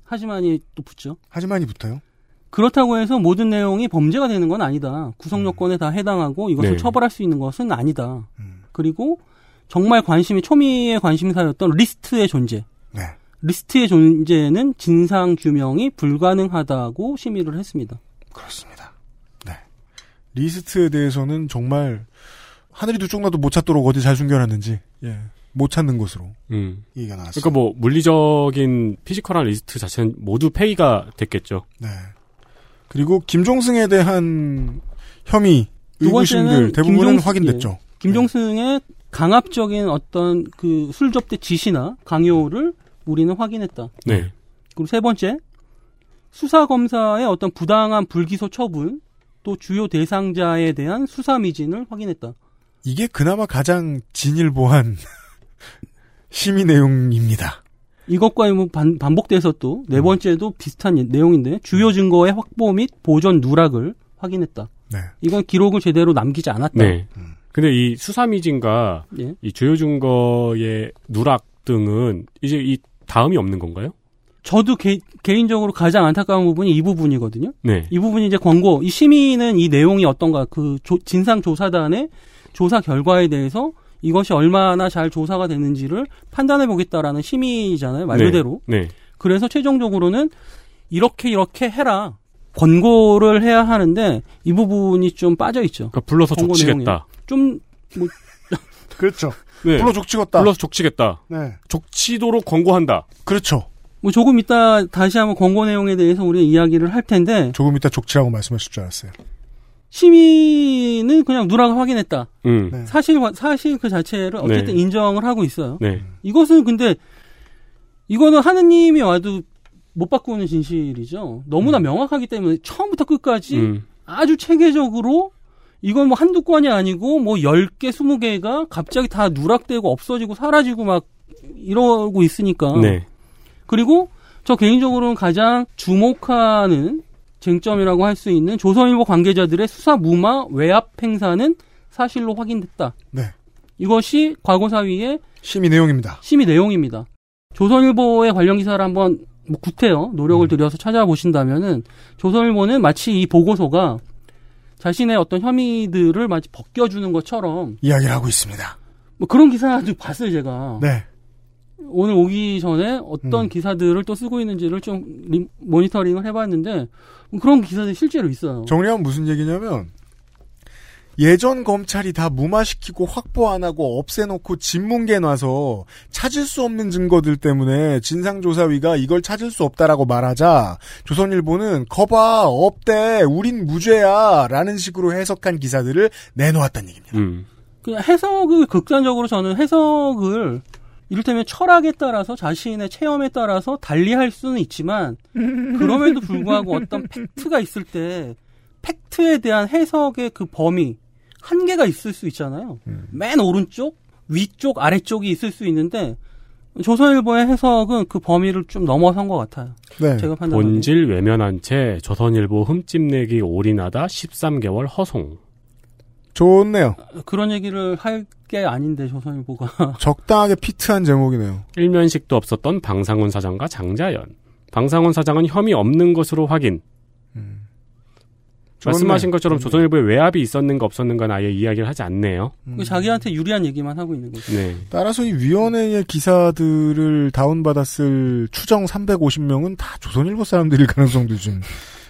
하지만이 또 붙죠. 하지만이 붙어요. 그렇다고 해서 모든 음. 내용이 범죄가 되는 건 아니다. 구성 요건에 다 해당하고 이것을 네. 음. 처벌할 수 있는 것은 아니다. 그리고 정말 관심이 초미의 관심사였던 리스트의 존재. 네. 리스트의 존재는 진상 규명이 불가능하다고 심의를 했습니다. 그렇습니다. 네. 리스트에 대해서는 정말 하늘이 두 쪽 나도 못 찾도록 어디 잘 숨겨놨는지 예. 못 찾는 곳으로 음. 얘기가 나왔어요. 그러니까 뭐 물리적인 피지컬한 리스트 자체는 모두 폐기가 됐겠죠. 네. 뭐 그리고 김종승에 대한 혐의, 두 번째는 의구심들 대부분은 김종수- 확인됐죠. 예. 김종승의 강압적인 어떤 그 술접대 지시나 강요를 우리는 확인했다. 네. 그리고 세 번째 수사 검사의 어떤 부당한 불기소 처분 또 주요 대상자에 대한 수사 미진을 확인했다. 네. 이게 그나마 가장 진일보한 심의 내용입니다. 이것과 뭐 반, 반복돼서 또 네 번째도 비슷한 예- 내용인데 주요 증거의 확보 및 보존 누락을 확인했다. 네. 이건 기록을 제대로 남기지 않았다. 네. 근데 이 수사미진과 음. 예. 이 주요 증거의 누락 등은 이제 이 다음이 없는 건가요? 저도 개, 인적으로 가장 안타까운 부분이 이 부분이거든요. 네. 이 부분이 이제 권고, 이 시민은 이 내용이 어떤가, 그 조- 진상조사단의 조사 결과에 대해서 이것이 얼마나 잘 조사가 되는지를 판단해 보겠다라는 심의잖아요, 말 네. 그대로. 네. 그래서 최종적으로는 이렇게 이렇게 해라. 권고를 해야 하는데 이 부분이 좀 빠져 있죠. 그러니까 불러서 권고 족치겠다. 내용에. 좀 뭐, 그렇죠. 네. 불러 족치겠다. 불러서 족치겠다. 네. 족치도록 권고한다. 그렇죠. 뭐 조금 이따 다시 한번 권고 내용에 대해서 우리가 이야기를 할 텐데 조금 이따 족치라고 말씀하실 줄 알았어요. 심의는 그냥 누락을 확인했다. 음. 네. 사실 사실 그 자체를 어쨌든 네. 인정을 하고 있어요. 네. 이것은 근데 이거는 하느님이 와도 못 바꾸는 진실이죠. 너무나 명확하기 때문에 처음부터 끝까지 음. 아주 체계적으로 이건 뭐 한두 건이 아니고 뭐 10개, 20개가 갑자기 다 누락되고 없어지고 사라지고 막 이러고 있으니까. 네. 그리고 저 개인적으로는 가장 주목하는 쟁점이라고 할 수 있는 조선일보 관계자들의 수사 무마 외압 행사는 사실로 확인됐다. 네. 이것이 과거사위의 심의 내용입니다. 심의 내용입니다. 조선일보의 관련 기사를 한번 뭐 구태여 노력을 들여서 찾아보신다면은 조선일보는 마치 이 보고서가 자신의 어떤 혐의들을 마치 벗겨주는 것처럼 이야기를 하고 있습니다. 뭐 그런 기사도 봤어요 제가 네. 오늘 오기 전에 어떤 기사들을 또 쓰고 있는지를 좀 리- 모니터링을 해봤는데 뭐 그런 기사들이 실제로 있어요. 정리하면 무슨 얘기냐면 예전 검찰이 다 무마시키고 확보 안 하고 없애놓고 진뭉개 놔서 찾을 수 없는 증거들 때문에 진상조사위가 이걸 찾을 수 없다라고 말하자 조선일보는 거봐 없대 우린 무죄야 라는 식으로 해석한 기사들을 내놓았다는 얘기입니다. 음. 그냥 해석을 극단적으로 저는 해석을 이를테면 철학에 따라서 자신의 체험에 따라서 달리할 수는 있지만 그럼에도 불구하고 어떤 팩트가 있을 때 팩트에 대한 해석의 그 범위 한계가 있을 수 있잖아요. 맨 오른쪽 위쪽 아래쪽이 있을 수 있는데 조선일보의 해석은 그 범위를 좀 넘어선 것 같아요. 네, 제가 판단하기에. 본질 외면한 채 조선일보 흠집내기 올인하다 13개월 허송. 좋네요. 아, 그런 얘기를 할 게 아닌데 조선일보가 적당하게 피트한 제목이네요. 일면식도 없었던 방상훈 사장과 장자연. 방상훈 사장은 혐의 없는 것으로 확인. 음. 좋네. 말씀하신 것처럼 조선일보에 외압이 있었는가 없었는가는 아예 이야기를 하지 않네요. 음. 그 자기한테 유리한 얘기만 하고 있는 거죠. 네. 따라서 이 위원회의 기사들을 다운받았을 추정 350명은 다 조선일보 사람들일 가능성도 좀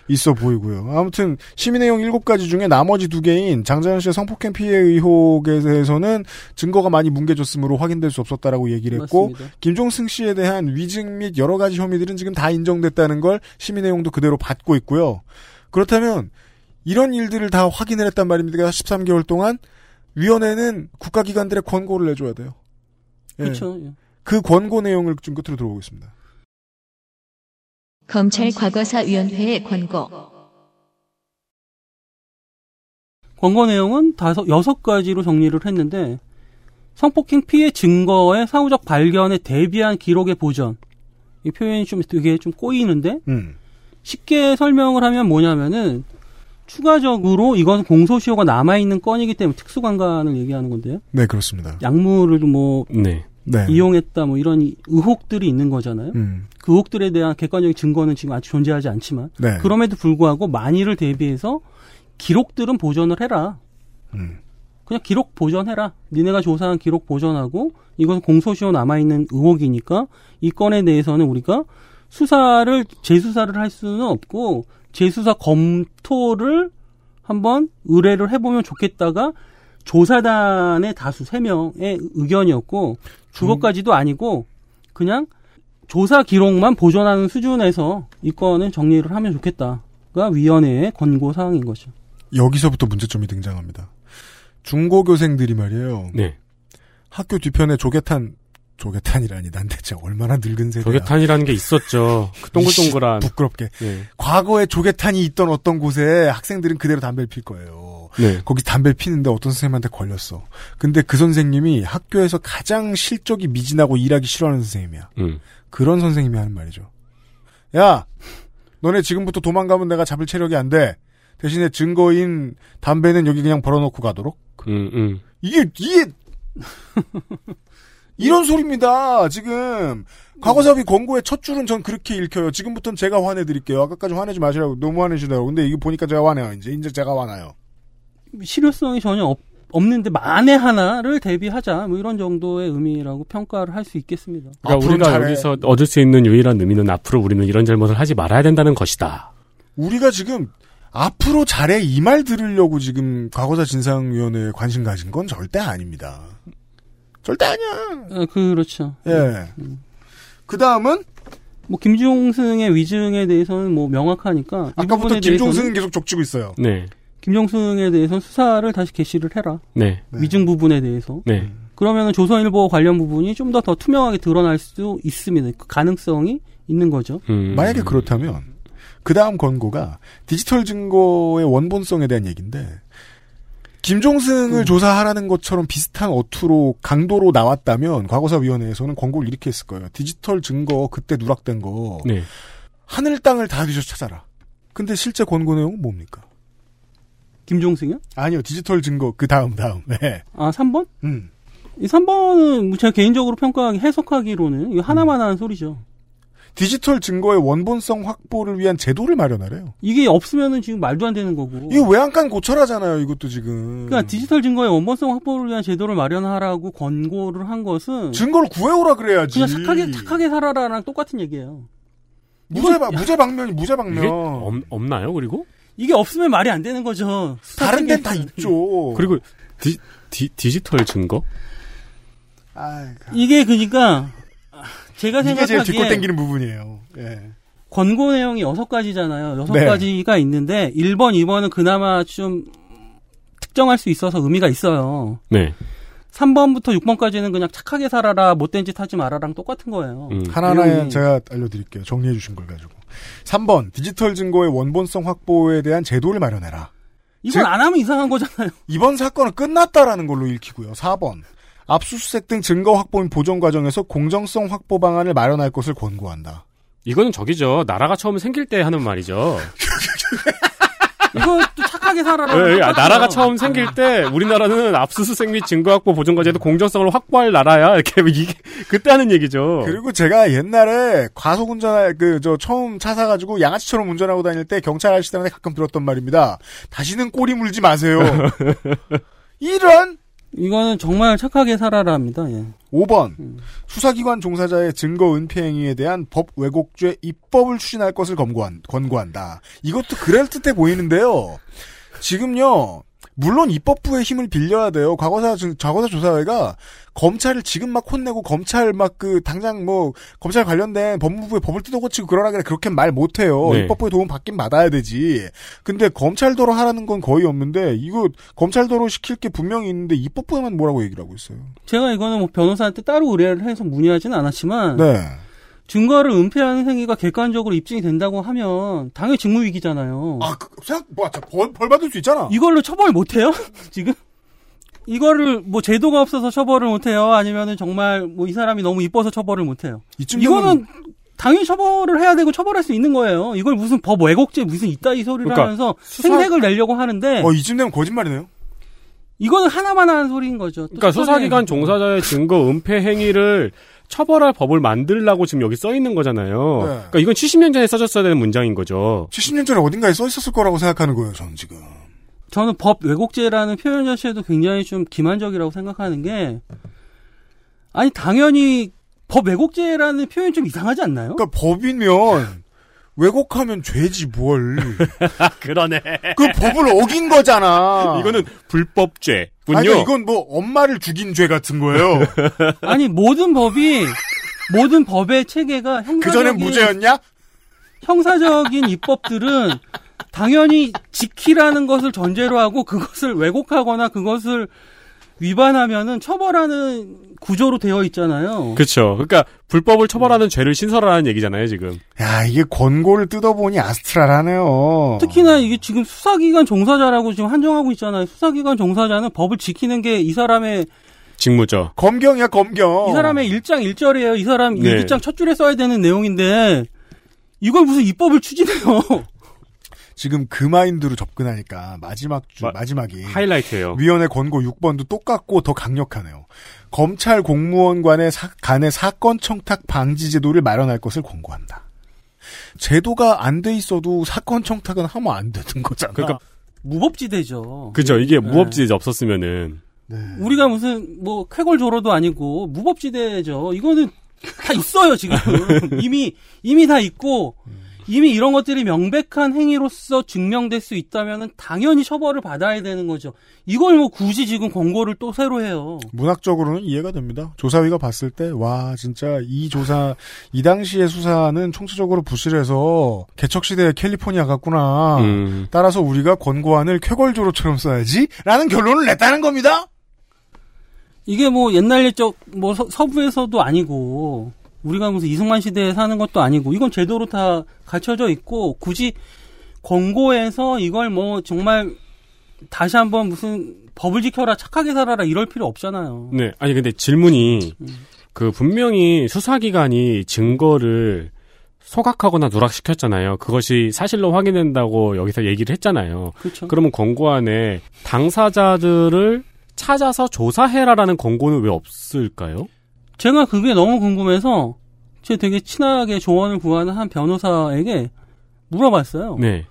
있어 보이고요. 아무튼 시민 의용 7가지 중에 나머지 두 개인 장자연 씨의 성폭행 피해 의혹에 대해서는 증거가 많이 뭉개졌으므로 확인될 수 없었다라고 얘기를 했고 맞습니다. 김종승 씨에 대한 위증 및 여러 가지 혐의들은 지금 다 인정됐다는 걸 시민 의용도 그대로 받고 있고요. 그렇다면 이런 일들을 다 확인을 했단 말입니다. 13개월 동안 위원회는 국가기관들의 권고를 내줘야 돼요. 예. 그렇죠. 예. 그 권고 내용을 좀 끝으로 들어보겠습니다. 검찰 과거사위원회의 권고. 권고 내용은 다섯 여섯 가지로 정리를 했는데 성폭행 피해 증거의 사후적 발견에 대비한 기록의 보전 이 표현이 좀 되게 좀 꼬이는데 음. 쉽게 설명을 하면 뭐냐면은 추가적으로 이건 공소시효가 남아 있는 건이기 때문에 특수관관을 얘기하는 건데요. 네, 그렇습니다. 약물을 뭐 네. 네. 이용했다 뭐 이런 이- 의혹들이 있는 거잖아요. 음. 그 의혹들에 대한 객관적인 증거는 지금 아직 존재하지 않지만 네. 그럼에도 불구하고 만일을 대비해서 기록들은 보존을 해라. 그냥 기록 보존해라. 니네가 조사한 기록 보존하고 이건 공소시효 남아있는 의혹이니까 이 건에 대해서는 우리가 수사를 재수사를 할 수는 없고 재수사 검토를 한번 의뢰를 해보면 좋겠다가 조사단의 다수 세명의 의견이었고 그것까지도 아니고 그냥 조사 기록만 보존하는 수준에서 이 건은 정리를 하면 좋겠다가 위원회의 권고 사항인 거죠. 여기서부터 문제점이 등장합니다. 중고교생들이 말이에요. 네. 학교 뒤편에 조개탄, 조개탄이라니 난 대체 얼마나 늙은 세대야. 조개탄이라는 게 있었죠. 그 네. 동글동글한. 이씨, 부끄럽게. 네. 과거에 조개탄이 있던 어떤 곳에 학생들은 그대로 담배를 필 거예요. 네. 거기 담배 피는데 어떤 선생님한테 걸렸어. 근데 그 선생님이 학교에서 가장 실적이 미진하고 일하기 싫어하는 선생님이야. 음. 그런 선생님이 하는 말이죠. 야, 너네 지금부터 도망가면 내가 잡을 체력이 안 돼. 대신에 증거인 담배는 여기 그냥 벌어놓고 가도록. 음, 음. 이게 이게 이런 소리입니다. 지금 과거사비 권고의 첫 줄은 전 그렇게 읽혀요. 지금부터는 제가 화내드릴게요. 아까까지 화내지 마시라고 너무 화내시더라고. 근데 이게 보니까 제가 화내요. 이제 이제 제가 화나요. 실효성이 전혀 없, 는데 만에 하나를 대비하자 뭐 이런 정도의 의미라고 평가를 할 수 있겠습니다. 그러니까 우리가 여기서 얻을 수 있는 유일한 의미는 앞으로 우리는 이런 잘못을 하지 말아야 된다는 것이다. 우리가 지금 앞으로 잘해 이 말 들으려고 지금 과거사 진상위원회에 관심 가진 건 절대 아닙니다. 절대 아니야. 아, 그렇죠. 음, 예. 그 다음은 뭐 김종승의 위증에 대해서는 뭐 명확하니까 이 아까부터 부분에 김종승은 대해서는 계속 족치고 있어요. 네. 김종승에 대해서는 수사를 다시 개시를 해라. 네. 위증 부분에 대해서. 네. 음. 그러면 조선일보 관련 부분이 좀 더 더 투명하게 드러날 수 있습니다. 그 가능성이 있는 거죠. 음. 만약에 그렇다면 그 다음 권고가 디지털 증거의 원본성에 대한 얘기인데 김종승을 음. 조사하라는 것처럼 비슷한 어투로 강도로 나왔다면 과거사위원회에서는 권고를 이렇게 했을 거예요. 디지털 증거 그때 누락된 거 네. 하늘 땅을 다 뒤져 찾아라. 근데 실제 권고 내용은 뭡니까? 김종승이요? 아니요 디지털 증거 그 다음 다음. 네. 아, 3번? 음. 이 3번은 뭐 제가 개인적으로 평가하기, 해석하기로는 이거 하나만 하는 소리죠. 디지털 증거의 원본성 확보를 위한 제도를 마련하래요. 이게 없으면은 지금 말도 안 되는 거고. 이거 외양간 고철하잖아요. 이것도 지금. 그러니까 디지털 증거의 원본성 확보를 위한 제도를 마련하라고 권고를 한 것은 증거를 구해오라 그래야지. 그냥 착하게 착하게 살아라랑 똑같은 얘기예요. 무죄 방- 무죄 방면이 무죄 방면. 이게 없, 나요 그리고? 이게 없으면 말이 안 되는 거죠. 다른 데는 다 있죠. 그리고 디, 디, 디지털 증거? 아, 이게 그러니까 제가 이게 제일 뒷골 생각하기에 땡기는 부분이에요. 예. 권고 내용이 여섯 가지잖아요. 여섯 네. 가지가 있는데 1번, 2번은 그나마 좀 특정할 수 있어서 의미가 있어요. 네. 3번부터 6번까지는 그냥 착하게 살아라, 못된 짓 하지 마라랑 똑같은 거예요. 음. 음. 하나하나 내용이. 제가 알려드릴게요. 정리해 주신 걸 가지고. 3번 디지털 증거의 원본성 확보에 대한 제도를 마련해라. 이건 안 하면 이상한 거잖아요. 이번 사건은 끝났다라는 걸로 읽히고요. 4번 압수수색 등 증거 확보 및 보존 과정에서 공정성 확보 방안을 마련할 것을 권고한다. 이거는 저기죠. 나라가 처음 생길 때 하는 말이죠. 이거 또 착하게 살아라. 예, 예, 아, 나라가 처음 생길 때 우리나라는 압수수색 및 증거확보 보존 과제도 공정성을 확보할 나라야. 이렇게 이게 그때 하는 얘기죠. 그리고 제가 옛날에 과속 운전할 그 저 처음 차 사가지고 양아치처럼 운전하고 다닐 때 경찰 아저씨들한테 가끔 들었던 말입니다. 다시는 꼬리 물지 마세요. 이런 이거는 정말 착하게 살아라 합니다. 예. 5번 수사기관 종사자의 증거 은폐 행위에 대한 법 왜곡죄 입법을 추진할 것을 검고한, 권고한다. 이것도 그럴듯해 보이는데요. 지금요. 물론 입법부의 힘을 빌려야 돼요. 과거사 증- 과거사 조사회가 검찰을 지금 막 혼내고 검찰 막 그 당장 뭐 검찰 관련된 법무부의 법을 뜯어고치고 그러라 그래 그렇게 말 못해요. 네. 입법부의 도움 받긴 받아야 되지. 근데 검찰도로 하라는 건 거의 없는데 이거 검찰도로 시킬 게 분명히 있는데 입법부에만 뭐라고 얘기를 하고 있어요. 제가 이거는 뭐 변호사한테 따로 의뢰를 해서 문의하진 않았지만 네. 증거를 은폐하는 행위가 객관적으로 입증이 된다고 하면 당연히 직무위기잖아요. 아, 그, 생각, 뭐, 자, 벌, 벌 받을 수 있잖아. 어. 이걸로 처벌 못해요? 지금? 이거를 뭐 제도가 없어서 처벌을 못해요? 아니면은 정말 뭐 이 사람이 너무 이뻐서 처벌을 못해요? 이쯤 이거는 당연히 처벌을 해야 되고 처벌할 수 있는 거예요. 이걸 무슨 법 왜곡죄 무슨 이따 이 소리를 그러니까 하면서 수사- 생색을 내려고 하는데 어, 이쯤 되면 거짓말이네요. 이거는 하나만 하는 소리인 거죠. 또 그러니까 특정해. 수사기관 종사자의 증거 은폐 행위를 처벌할 법을 만들라고 지금 여기 써 있는 거잖아요. 네. 그러니까 이건 70년 전에 써졌어야 되는 문장인 거죠. 70년 전에 어딘가에 써 있었을 거라고 생각하는 거예요, 저는 지금. 저는 법 왜곡죄라는 표현 자체도 굉장히 좀 기만적이라고 생각하는 게 아니 당연히 법 왜곡죄라는 표현 좀 이상하지 않나요? 그러니까 법이면 왜곡하면 죄지 뭘. 아, 그러네. 그 법을 어긴 거잖아. 이거는 불법죄군요. 아니, 그러니까 이건 뭐 엄마를 죽인 죄 같은 거예요. 아니 모든 법이 모든 법의 체계가 형사적인 그전엔 무죄였냐? 형사적인 입법들은 당연히 지키라는 것을 전제로 하고 그것을 왜곡하거나 그것을 위반하면은 처벌하는 구조로 되어 있잖아요. 그렇죠. 그러니까 불법을 처벌하는 죄를 신설하라는 얘기잖아요, 지금. 야, 이게 권고를 뜯어보니 아스트랄하네요. 특히나 이게 지금 수사기관 종사자라고 지금 한정하고 있잖아요. 수사기관 종사자는 법을 지키는 게 이 사람의 직무죠. 검경이야, 검경. 이 사람의 일장 일절이에요. 이 사람 어. 네. 일기장 첫 줄에 써야 되는 내용인데 이걸 무슨 입법을 추진해요? 지금 그 마인드로 접근하니까 마지막 주 마, 지막이 하이라이트예요. 위원회 권고 6번도 똑같고 더 강력하네요. 검찰 공무원 간의, 사, 간의 사건 청탁 방지 제도를 마련할 것을 권고한다. 제도가 안 돼 있어도 사건 청탁은 하면 안 되는 거잖아. 그러니까 무법지대죠. 그죠. 이게 무법지대 없었으면은 네. 우리가 무슨 뭐 쾌골조로도 아니고 무법지대죠. 이거는 다 있어요 지금 이미 이미 다 있고 이미 이런 것들이 명백한 행위로서 증명될 수 있다면은 당연히 처벌을 받아야 되는 거죠. 이걸 뭐 굳이 지금 권고를 또 새로 해요. 문학적으로는 이해가 됩니다. 조사위가 봤을 때, 와, 진짜 이 조사, 이 당시의 수사는 총체적으로 부실해서 개척시대의 캘리포니아 같구나. 음. 따라서 우리가 권고안을 쾌걸조로처럼 써야지? 라는 결론을 냈다는 겁니다! 이게 뭐 옛날 옛적 뭐 서, 서부에서도 아니고 우리가 무슨 이승만 시대에 사는 것도 아니고 이건 제도로 다 갖춰져 있고 굳이 권고에서 이걸 뭐 정말 다시 한번 무슨 법을 지켜라 착하게 살아라 이럴 필요 없잖아요. 네. 아니 근데 질문이 그 분명히 수사기관이 증거를 소각하거나 누락시켰잖아요. 그것이 사실로 확인된다고 여기서 얘기를 했잖아요. 그렇죠. 그러면 권고 안에 당사자들을 찾아서 조사해라라는 권고는 왜 없을까요? 제가 그게 너무 궁금해서 제 되게 친하게 조언을 구하는 한 변호사에게 물어봤어요. 네.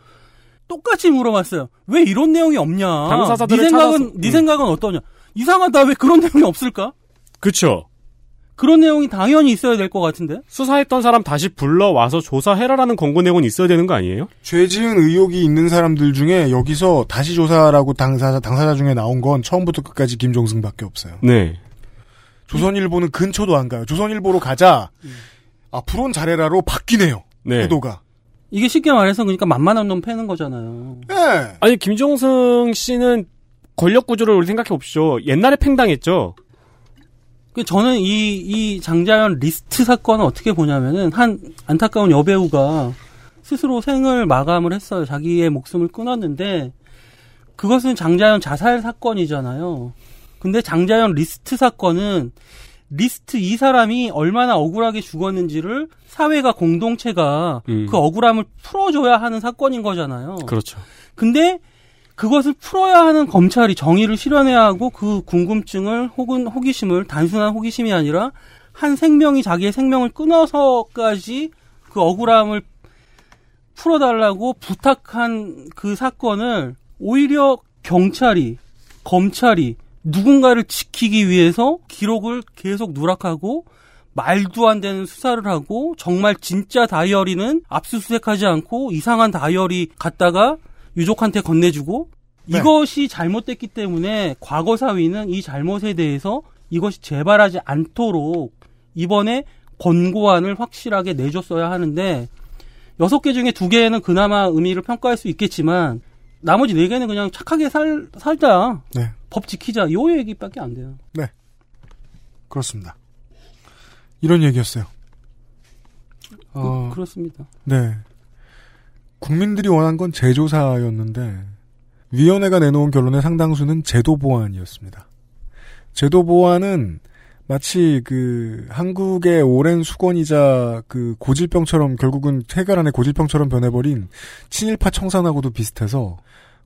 똑같이 물어봤어요. 왜 이런 내용이 없냐? 당사자들을 네 생각은 찾아서- 네 생각은 어떠냐? 이상하다. 왜 그런 내용이 없을까? 그쵸. 그런 내용이 당연히 있어야 될 것 같은데. 수사했던 사람 다시 불러와서 조사해라라는 권고 내용은 있어야 되는 거 아니에요? 죄 지은 의혹이 있는 사람들 중에 여기서 다시 조사라고 당사자, 당사자 중에 나온 건 처음부터 끝까지 김종승 밖에 없어요. 네. 조선일보는 근처도 안 가요. 조선일보로 가자. 앞으론 잘해라로 바뀌네요. 네. 태도가. 이게 쉽게 말해서 그러니까 만만한 놈 패는 거잖아요. 예. 아니 김종승 씨는 권력 구조를 우리 생각해 봅시오. 옛날에 팽당했죠. 그 저는 이, 이 장자연 리스트 사건을 어떻게 보냐면은 한 안타까운 여배우가 스스로 생을 마감을 했어요. 자기의 목숨을 끊었는데 그것은 장자연 자살 사건이잖아요. 근데 장자연 리스트 사건은 리스트 이 사람이 얼마나 억울하게 죽었는지를 사회가 공동체가 음. 그 억울함을 풀어줘야 하는 사건인 거잖아요. 그렇죠. 근데 그것을 풀어야 하는 검찰이 정의를 실현해야 하고 그 궁금증을 혹은 호기심을 단순한 호기심이 아니라 한 생명이 자기의 생명을 끊어서까지 그 억울함을 풀어달라고 부탁한 그 사건을 오히려 경찰이 검찰이 누군가를 지키기 위해서 기록을 계속 누락하고 말도 안 되는 수사를 하고 정말 진짜 다이어리는 압수수색하지 않고 이상한 다이어리 갖다가 유족한테 건네주고 네. 이것이 잘못됐기 때문에 과거 사위는 이 잘못에 대해서 이것이 재발하지 않도록 이번에 권고안을 확실하게 내줬어야 하는데 여섯 개 중에 두 개는 그나마 의미를 평가할 수 있겠지만 나머지 네 개는 그냥 착하게 살 살자 네. 법 지키자 요 얘기밖에 안 돼요. 그렇습니다. 이런 얘기였어요. 어, 그, 렇습니다 네. 국민들이 원한 건 재조사였는데 위원회가 내놓은 결론의 상당수는 제도 보완이었습니다. 제도 보완은 마치 그 한국의 오랜 수건이자 그 고질병처럼 결국은 해결안의 고질병처럼 변해버린 친일파 청산하고도 비슷해서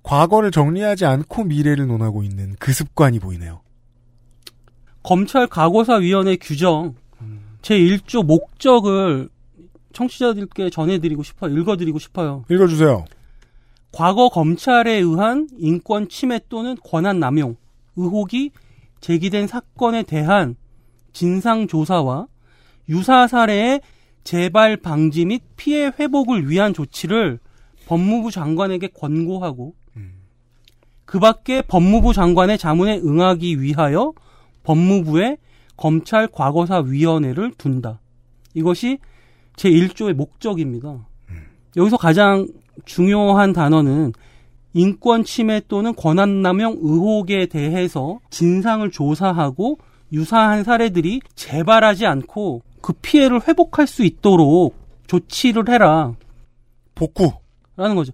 과거를 정리하지 않고 미래를 논하고 있는 그 습관이 보이네요. 검찰 과거사 위원회 규정 제 1조 목적을 청취자들께 전해드리고 싶어요. 읽어드리고 싶어요. 읽어주세요. 과거 검찰에 의한 인권 침해 또는 권한 남용 의혹이 제기된 사건에 대한 진상 조사와 유사 사례의 재발 방지 및 피해 회복을 위한 조치를 법무부 장관에게 권고하고 그 밖에 법무부 장관의 자문에 응하기 위하여 법무부에 검찰 과거사 위원회를 둔다. 이것이 제1조의 목적입니다. 여기서 가장 중요한 단어는 인권 침해 또는 권한 남용 의혹에 대해서 진상을 조사하고 유사한 사례들이 재발하지 않고 그 피해를 회복할 수 있도록 조치를 해라. 복구. 라는 거죠.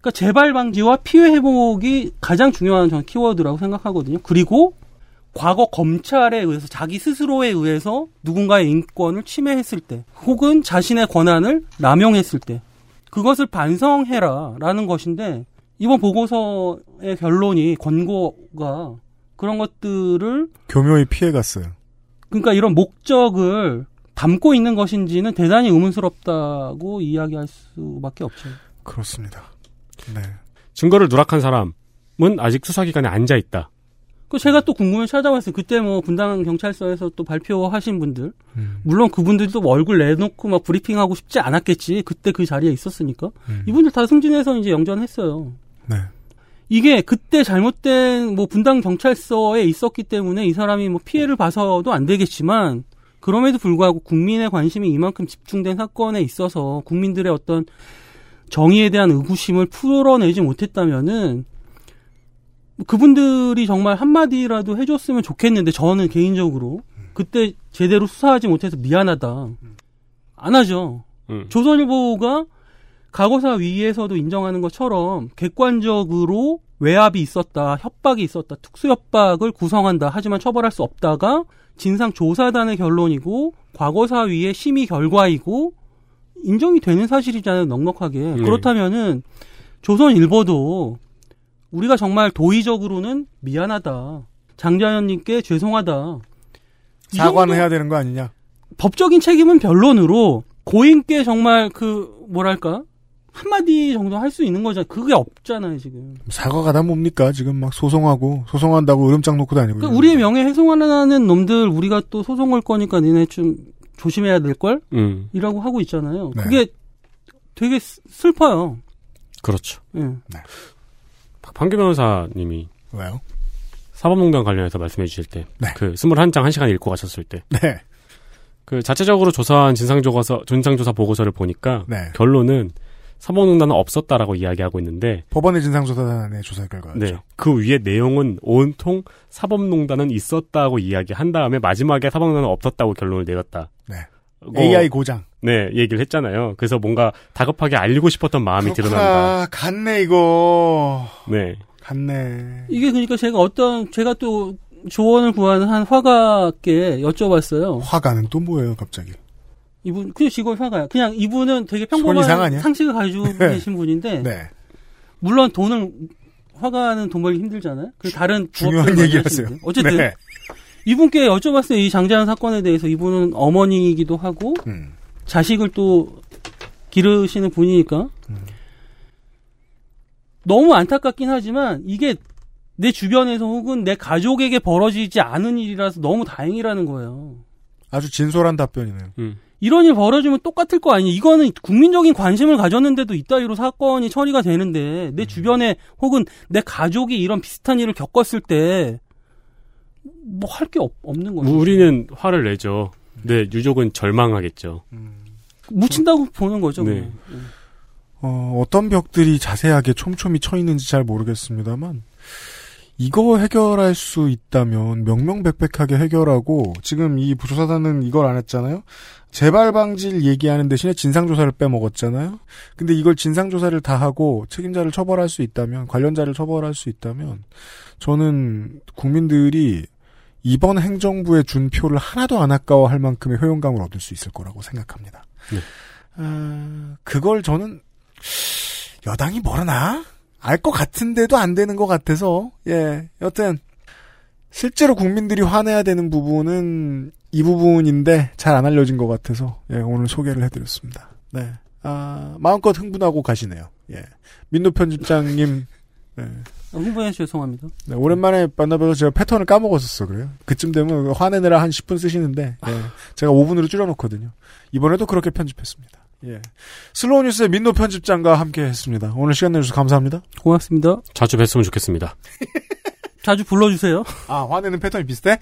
그러니까 재발 방지와 피해 회복이 가장 중요한 저는 키워드라고 생각하거든요. 그리고 과거 검찰에 의해서 자기 스스로에 의해서 누군가의 인권을 침해했을 때 혹은 자신의 권한을 남용했을 때 그것을 반성해라라는 것인데 이번 보고서의 결론이 권고가 그런 것들을 교묘히 피해갔어요. 그러니까 이런 목적을 담고 있는 것인지는 대단히 의문스럽다고 이야기할 수밖에 없죠. 그렇습니다. 네. 증거를 누락한 사람은 아직 수사기관에 앉아 있다. 그 제가 또 궁금해 찾아봤어요. 그때 뭐 분당 경찰서에서 또 발표하신 분들, 물론 그분들도 뭐 얼굴 내놓고 막 브리핑하고 싶지 않았겠지. 그때 그 자리에 있었으니까 음. 이분들 다 승진해서 이제 영전했어요. 네. 이게 그때 잘못된 뭐 분당 경찰서에 있었기 때문에 이 사람이 뭐 피해를 봐서도 안 되겠지만 그럼에도 불구하고 국민의 관심이 이만큼 집중된 사건에 있어서 국민들의 어떤 정의에 대한 의구심을 풀어내지 못했다면은 그분들이 정말 한마디라도 해줬으면 좋겠는데 저는 개인적으로 그때 제대로 수사하지 못해서 미안하다 안 하죠 음. 조선일보가 과거사 위에서도 인정하는 것처럼 객관적으로 외압이 있었다 협박이 있었다 특수협박을 구성한다 하지만 처벌할 수 없다가 진상조사단의 결론이고 과거사 위의 심의 결과이고 인정이 되는 사실이잖아요 넉넉하게 그렇다면은 조선일보도 우리가 정말 도의적으로는 미안하다. 장자연님께 죄송하다. 이 사과는 정도 해야 되는 거 아니냐? 법적인 책임은 변론으로 고인께 정말 그 뭐랄까 한마디 정도 할 수 있는 거잖아. 그게 없잖아요 지금. 사과가 다 뭡니까? 지금 막 소송하고 소송한다고 으름장 놓고 다니고. 그러니까 우리의 명예 훼손하는 놈들 우리가 또 소송 걸 거니까 니네 좀 조심해야 될 걸. 음. 이라고 하고 있잖아요. 네. 그게 되게 슬- 슬퍼요. 그렇죠. 예. 박판규 변호사님이 왜요? 사법농단 관련해서 말씀해 주실 때, 그 21장 1시간 읽고 가셨을 때, 네. 그 자체적으로 조사한 진상조사, 진상조사 보고서를 보니까 네. 결론은 사법농단은 없었다라고 이야기하고 있는데, 법원의 진상조사단의 조사 결과. 네. 그 위에 내용은 온통 사법농단은 있었다고 이야기한 다음에 마지막에 사법농단은 없었다고 결론을 내렸다. 네. 어, AI 고장. 네, 얘기를 했잖아요. 그래서 뭔가 다급하게 알리고 싶었던 마음이 드러난다. 아, 갔네 이거. 네. 갔네. 이게 그러니까 제가 어떤 제가 또 조언을 구하는 한 화가께 여쭤봤어요. 화가는 또 뭐예요, 갑자기? 이분 그냥 직원 화가야. 그냥 이분은 되게 손이 평범한 상하냐? 상식을 가지고 네. 계신 분인데 네. 물론 돈을 화가는 돈 벌기 힘들잖아요. 그 다른 중요한 부업들을 많이 얘기를 하시는데. 하세요. 어쨌든 네. 이분께 여쭤봤어요. 이 장자연 사건에 대해서 이분은 어머니이기도 하고 음. 자식을 또 기르시는 분이니까 너무 안타깝긴 하지만 이게 내 주변에서 혹은 내 가족에게 벌어지지 않은 일이라서 너무 다행이라는 거예요. 아주 진솔한 답변이네요. 이런 일 벌어지면 똑같을 거 아니에요. 이거는 국민적인 관심을 가졌는데도 이따위로 사건이 처리가 되는데 내 주변에 혹은 내 가족이 이런 비슷한 일을 겪었을 때 뭐 할 게 없는 거죠. 우리는 화를 내죠. 네, 유족은 절망하겠죠. 묻힌다고 보는 거죠. 네. 그냥. 어, 어떤 벽들이 자세하게 촘촘히 쳐 있는지 잘 모르겠습니다만, 이거 해결할 수 있다면 명명백백하게 해결하고, 지금 이 부조사단은 이걸 안 했잖아요? 재발방지를 얘기하는 대신에 진상조사를 빼먹었잖아요? 근데 이걸 진상조사를 다 하고 책임자를 처벌할 수 있다면, 관련자를 처벌할 수 있다면, 저는 국민들이 이번 행정부에 준 표를 하나도 안 아까워할 만큼의 효용감을 얻을 수 있을 거라고 생각합니다. 아, 그걸 저는 여당이 뭐라나 알 것 같은데도 안 되는 것 같아서 예 여튼 실제로 국민들이 화내야 되는 부분은 이 부분인데 잘 안 알려진 것 같아서 예 오늘 소개를 해드렸습니다. 네 아, 마음껏 흥분하고 가시네요. 예. 민노 편집장님. 네. 흥분해서 어, 죄송합니다. 네, 오랜만에 만나봐서 제가 패턴을 까먹었었어 그래요. 그쯤 되면 화내느라 한 10분 쓰시는데 예, 제가 5분으로 줄여놓거든요. 이번에도 그렇게 편집했습니다. 예. 슬로우 뉴스의 민노 편집장과 함께했습니다. 오늘 시간 내주셔서 감사합니다. 고맙습니다. 자주 뵀으면 좋겠습니다. 자주 불러주세요. 아 화내는 패턴이 비슷해?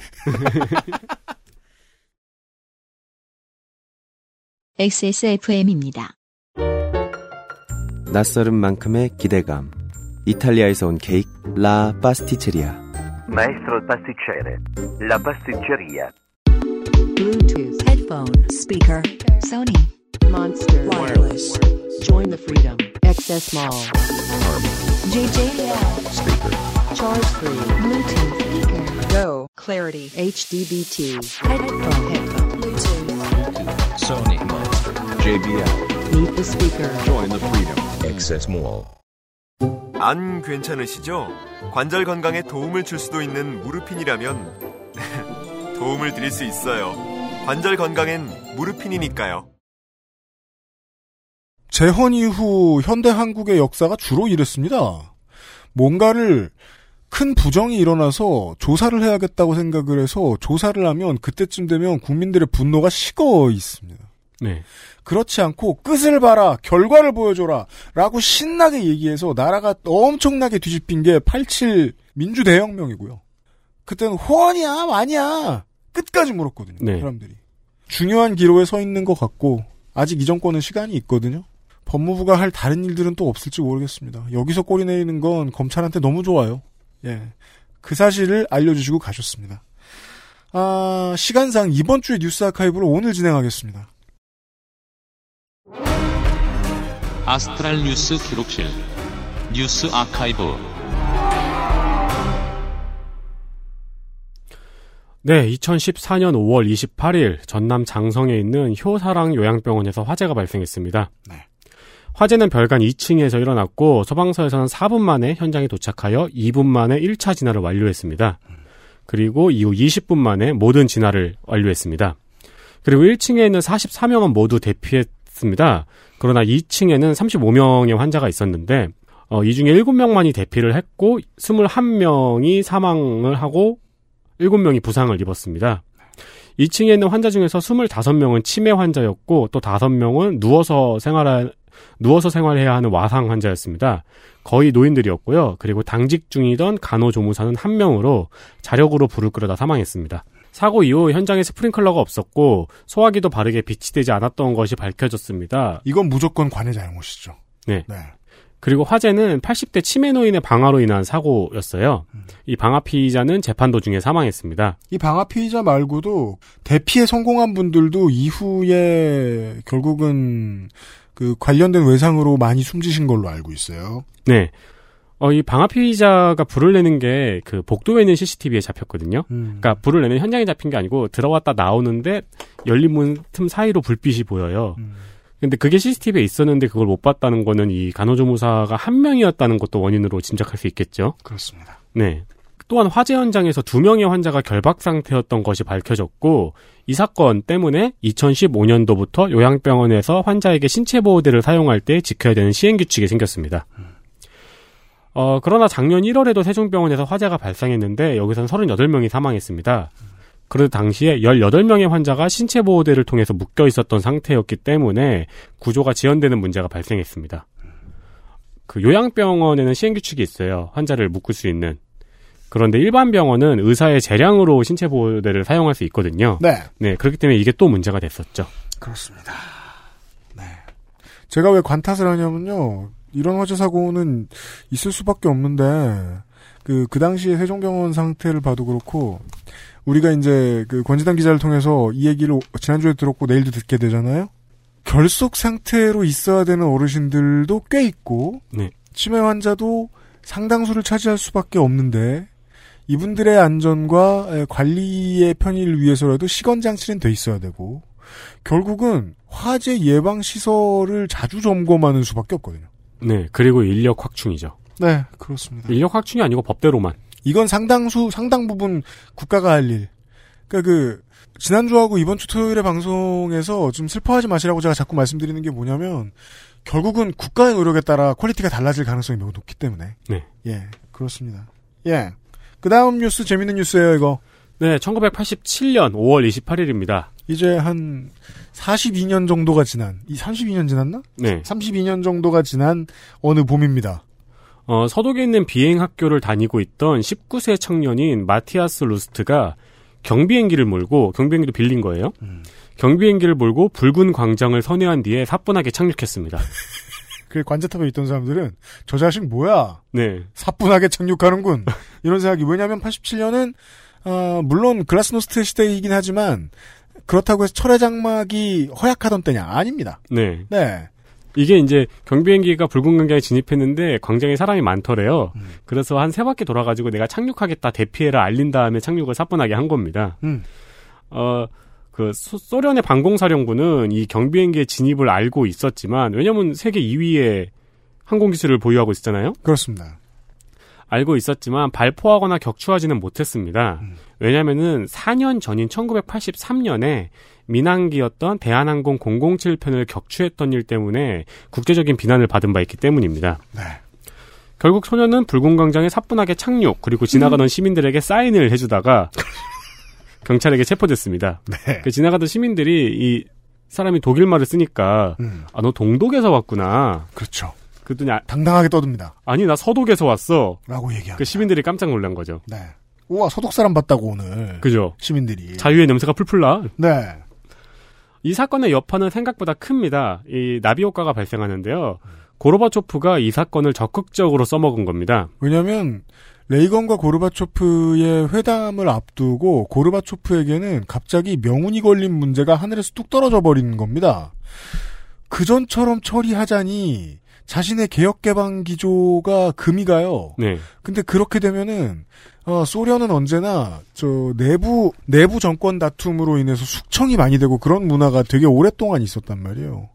XSFM입니다. 낯설은 만큼의 기대감. 이탈리아에서 온 케이크 라 파스티체리아. Maestro pasticcere. La pasticceria. Bluetooth headphone speaker Sony Monster wireless. Join the freedom. XS Mall. JJL speaker. Charge free Bluetooth speaker. Go clarity HDBT headphone headphone Bluetooth Sony Monster. JBL. Meet the speaker. Join the freedom. XS Mall. 안 괜찮으시죠? 관절 건강에 도움을 줄 수도 있는 무르핀이라면 도움을 드릴 수 있어요. 관절 건강엔 무르핀이니까요. 재헌 이후 현대 한국의 역사가 주로 이랬습니다. 뭔가를 큰 부정이 일어나서 조사를 해야겠다고 생각을 해서 조사를 하면 그때쯤 되면 국민들의 분노가 식어 있습니다. 네. 그렇지 않고 끝을 봐라, 결과를 보여줘라 라고 신나게 얘기해서 나라가 엄청나게 뒤집힌 게 87 민주대혁명이고요. 그때는 호언이야, 아니야 끝까지 물었거든요. 네. 사람들이. 중요한 기로에 서 있는 것 같고 아직 이 정권은 시간이 있거든요. 법무부가 할 다른 일들은 또 없을지 모르겠습니다. 여기서 꼬리 내리는 건 검찰한테 너무 좋아요. 예. 그 사실을 알려주시고 가셨습니다. 아, 시간상 이번 주의 뉴스 아카이브를 오늘 진행하겠습니다. 아스트랄 뉴스 기록실 뉴스 아카이브 네, 2014년 5월 28일 전남 장성에 있는 효사랑 요양병원에서 화재가 발생했습니다. 화재는 별관 2층에서 일어났고 소방서에서는 4분 만에 현장에 도착하여 2분 만에 1차 진화를 완료했습니다. 그리고 이후 20분 만에 모든 진화를 완료했습니다. 그리고 1층에 있는 44명은 모두 대피했습니다. 그러나 2층에는 35명의 환자가 있었는데 어, 이 중에 7명만이 대피를 했고 21명이 사망을 하고 7명이 부상을 입었습니다. 2층에 있는 환자 중에서 25명은 치매 환자였고 또 5명은 누워서 생활한 누워서 생활해야 하는 와상 환자였습니다. 거의 노인들이었고요. 그리고 당직 중이던 간호조무사는 한 명으로 자력으로 불을 끄려다 사망했습니다. 사고 이후 현장에 스프링클러가 없었고 소화기도 바르게 비치되지 않았던 것이 밝혀졌습니다. 이건 무조건 관의 잘못이죠. 네. 그리고 화재는 80대 치매 노인의 방화로 인한 사고였어요. 이 방화 피의자는 재판 도중에 사망했습니다. 이 방화 피의자 말고도 대피에 성공한 분들도 이후에 결국은 그 관련된 외상으로 많이 숨지신 걸로 알고 있어요. 네. 어, 이 방화 피의자가 불을 내는 게 그 복도에 있는 CCTV에 잡혔거든요. 그러니까 불을 내는 현장에 잡힌 게 아니고 들어왔다 나오는데 열린 문 틈 사이로 불빛이 보여요. 근데 그게 CCTV에 있었는데 그걸 못 봤다는 거는 이 간호조무사가 한 명이었다는 것도 원인으로 짐작할 수 있겠죠. 그렇습니다. 네. 또한 화재 현장에서 두 명의 환자가 결박 상태였던 것이 밝혀졌고 이 사건 때문에 2015년도부터 요양병원에서 환자에게 신체 보호대를 사용할 때 지켜야 되는 시행 규칙이 생겼습니다. 어, 그러나 작년 1월에도 세종병원에서 화재가 발생했는데 여기서는 38명이 사망했습니다. 그래도 당시에 18명의 환자가 신체 보호대를 통해서 묶여 있었던 상태였기 때문에 구조가 지연되는 문제가 발생했습니다. 그 요양병원에는 시행 규칙이 있어요. 환자를 묶을 수 있는. 그런데 일반 병원은 의사의 재량으로 신체 보호대를 사용할 수 있거든요. 네. 그렇기 때문에 이게 또 문제가 됐었죠. 그렇습니다. 네. 제가 왜 관탓을 하냐면요. 이런 화재 사고는 있을 수밖에 없는데 그, 그 당시에 세종병원 상태를 봐도 그렇고, 우리가 이제 그 권지단 기자를 통해서 이 얘기를 오- 지난주에 들었고 내일도 듣게 되잖아요? 결속 상태로 있어야 되는 어르신들도 꽤 있고, 네. 치매 환자도 상당수를 차지할 수밖에 없는데, 이분들의 안전과 에, 관리의 편의를 위해서라도 시건 장치는 돼 있어야 되고, 결국은 화재 예방 시설을 자주 점검하는 수밖에 없거든요. 네. 그리고 인력 확충이죠. 네, 그렇습니다. 인력 확충이 아니고 법대로만. 이건 상당수 상당 부분 국가가 할 일, 그러니까 그 지난주하고 이번 주 토요일에 방송에서 좀 슬퍼하지 마시라고 제가 자꾸 말씀드리는 게 뭐냐면 결국은 국가의 노력에 따라 퀄리티가 달라질 가능성이 매우 높기 때문에 네. 예 그렇습니다. 예. 그 다음 뉴스 재밌는 뉴스예요 이거. 네, 1987년 5월 28일입니다. 이제 한 42년 정도가 지난 이 32년 지났나? 네. 32년 정도가 지난 어느 봄입니다. 어, 서독에 있는 비행 학교를 다니고 있던 19세 청년인 마티아스 루스트가 경비행기를 몰고 경비행기도 빌린 거예요. 경비행기를 몰고 붉은 광장을 선회한 뒤에 사뿐하게 착륙했습니다. 그 관제탑에 있던 사람들은 저 자식 뭐야? 네. 사뿐하게 착륙하는군. 이런 생각이 왜냐하면 87년은 어, 물론 글라스노스트 시대이긴 하지만 그렇다고 해서 철의 장막이 허약하던 때냐 아닙니다. 네. 네. 이게 이제 경비행기가 붉은 광장에 진입했는데 광장에 사람이 많더래요. 그래서 한 세 바퀴 돌아가지고 내가 착륙하겠다 대피해라 알린 다음에 착륙을 사뿐하게 한 겁니다. 음. 어, 그 소, 소련의 방공사령부는 이 경비행기의 진입을 알고 있었지만 왜냐면 세계 2위의 항공 기술을 보유하고 있잖아요. 그렇습니다. 알고 있었지만 발포하거나 격추하지는 못했습니다. 왜냐면은 4년 전인 1983년에 민항기였던 대한항공 007편을 격추했던 일 때문에 국제적인 비난을 받은 바 있기 때문입니다. 결국 소녀는 붉은 광장에 사뿐하게 착륙 그리고 지나가던 시민들에게 사인을 해주다가 경찰에게 체포됐습니다. 네. 그 지나가던 시민들이 이 사람이 독일 말을 쓰니까 아 너 동독에서 왔구나. 그렇죠. 그랬더니 아, 당당하게 떠듭니다. 아니 나 서독에서 왔어. 라고 얘기합니다. 그 시민들이 깜짝 놀란 거죠. 네. 우와 소독 사람 봤다고 오늘. 그죠. 시민들이. 자유의 냄새가 풀풀 나. 네. 이 사건의 여파는 생각보다 큽니다. 이 나비 효과가 발생하는데요. 고로바초프가 이 사건을 적극적으로 써먹은 겁니다. 왜냐하면 레이건과 고르바초프의 회담을 앞두고 고르바초프에게는 갑자기 명운이 걸린 문제가 하늘에서 뚝 떨어져 버린 겁니다. 그전처럼 처리하자니 자신의 개혁 개방 기조가 금이 가요. 네. 근데 그렇게 되면은 어, 소련은 언제나 저 내부 내부 정권 다툼으로 인해서 숙청이 많이 되고 그런 문화가 되게 오랫동안 있었단 말이에요.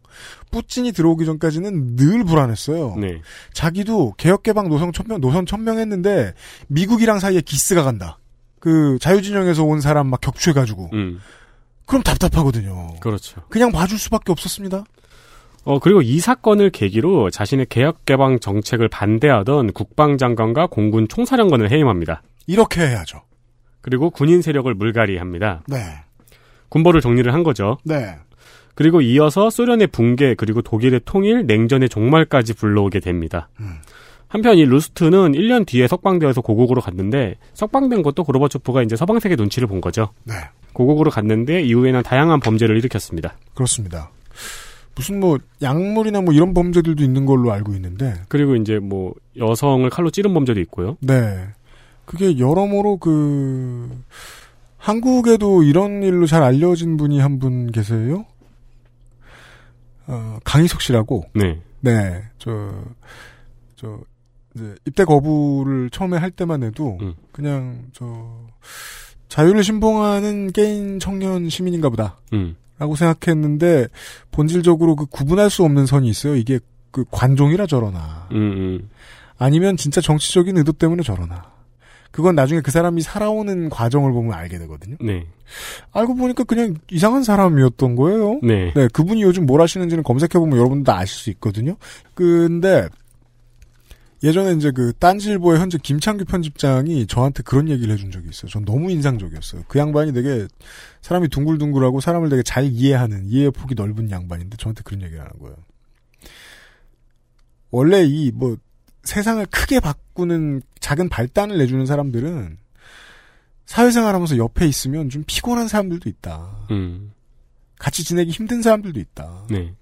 뿌찐이 들어오기 전까지는 늘 불안했어요. 네. 자기도 개혁개방 노선 천명 노선 천명했는데 미국이랑 사이에 기스가 간다. 그 자유진영에서 온 사람 막 격추해가지고 음. 그럼 답답하거든요. 그렇죠. 그냥 봐줄 수밖에 없었습니다. 어, 그리고 이 사건을 계기로 자신의 개혁개방 정책을 반대하던 국방장관과 공군 총사령관을 해임합니다. 이렇게 해야죠. 그리고 군인 세력을 물갈이합니다. 네. 군벌을 정리를 한 거죠. 네. 그리고 이어서 소련의 붕괴 그리고 독일의 통일 냉전의 종말까지 불러오게 됩니다. 음. 한편 이 루스트는 1년 뒤에 석방되어서 고국으로 갔는데 석방된 것도 고르바초프가 이제 서방 세계 눈치를 본 거죠. 네. 고국으로 갔는데 이후에는 다양한 범죄를 일으켰습니다. 그렇습니다. 무슨 뭐 약물이나 뭐 이런 범죄들도 있는 걸로 알고 있는데 그리고 이제 뭐 여성을 칼로 찌른 범죄도 있고요. 네. 그게 여러모로 그 한국에도 이런 일로 잘 알려진 분이 한 분 계세요. 어, 강희석 씨라고. 네. 네. 저, 저, 이제 입대 거부를 처음에 할 때만 해도 그냥 저 자유를 신봉하는 게인 청년 시민인가 보다. 음. 라고 생각했는데 본질적으로 그 구분할 수 없는 선이 있어요. 이게 그 관종이라 저러나 음, 음. 아니면 진짜 정치적인 의도 때문에 저러나 그건 나중에 그 사람이 살아오는 과정을 보면 알게 되거든요. 네. 알고 보니까 그냥 이상한 사람이었던 거예요. 네. 그분이 요즘 뭘 하시는지는 검색해보면 여러분도 다 아실 수 있거든요. 근데 예전에 이제 그 딴지일보의 현재 김창규 편집장이 저한테 그런 얘기를 해준 적이 있어요. 전 너무 인상적이었어요. 그 양반이 되게 사람이 둥글둥글하고 사람을 되게 잘 이해하는 이해 폭이 넓은 양반인데 저한테 그런 얘기를 하는 거예요. 원래 이 뭐 세상을 크게 바꾸는 작은 발단을 내주는 사람들은 사회생활하면서 옆에 있으면 좀 피곤한 사람들도 있다. 음. 같이 지내기 힘든 사람들도 있다. 네.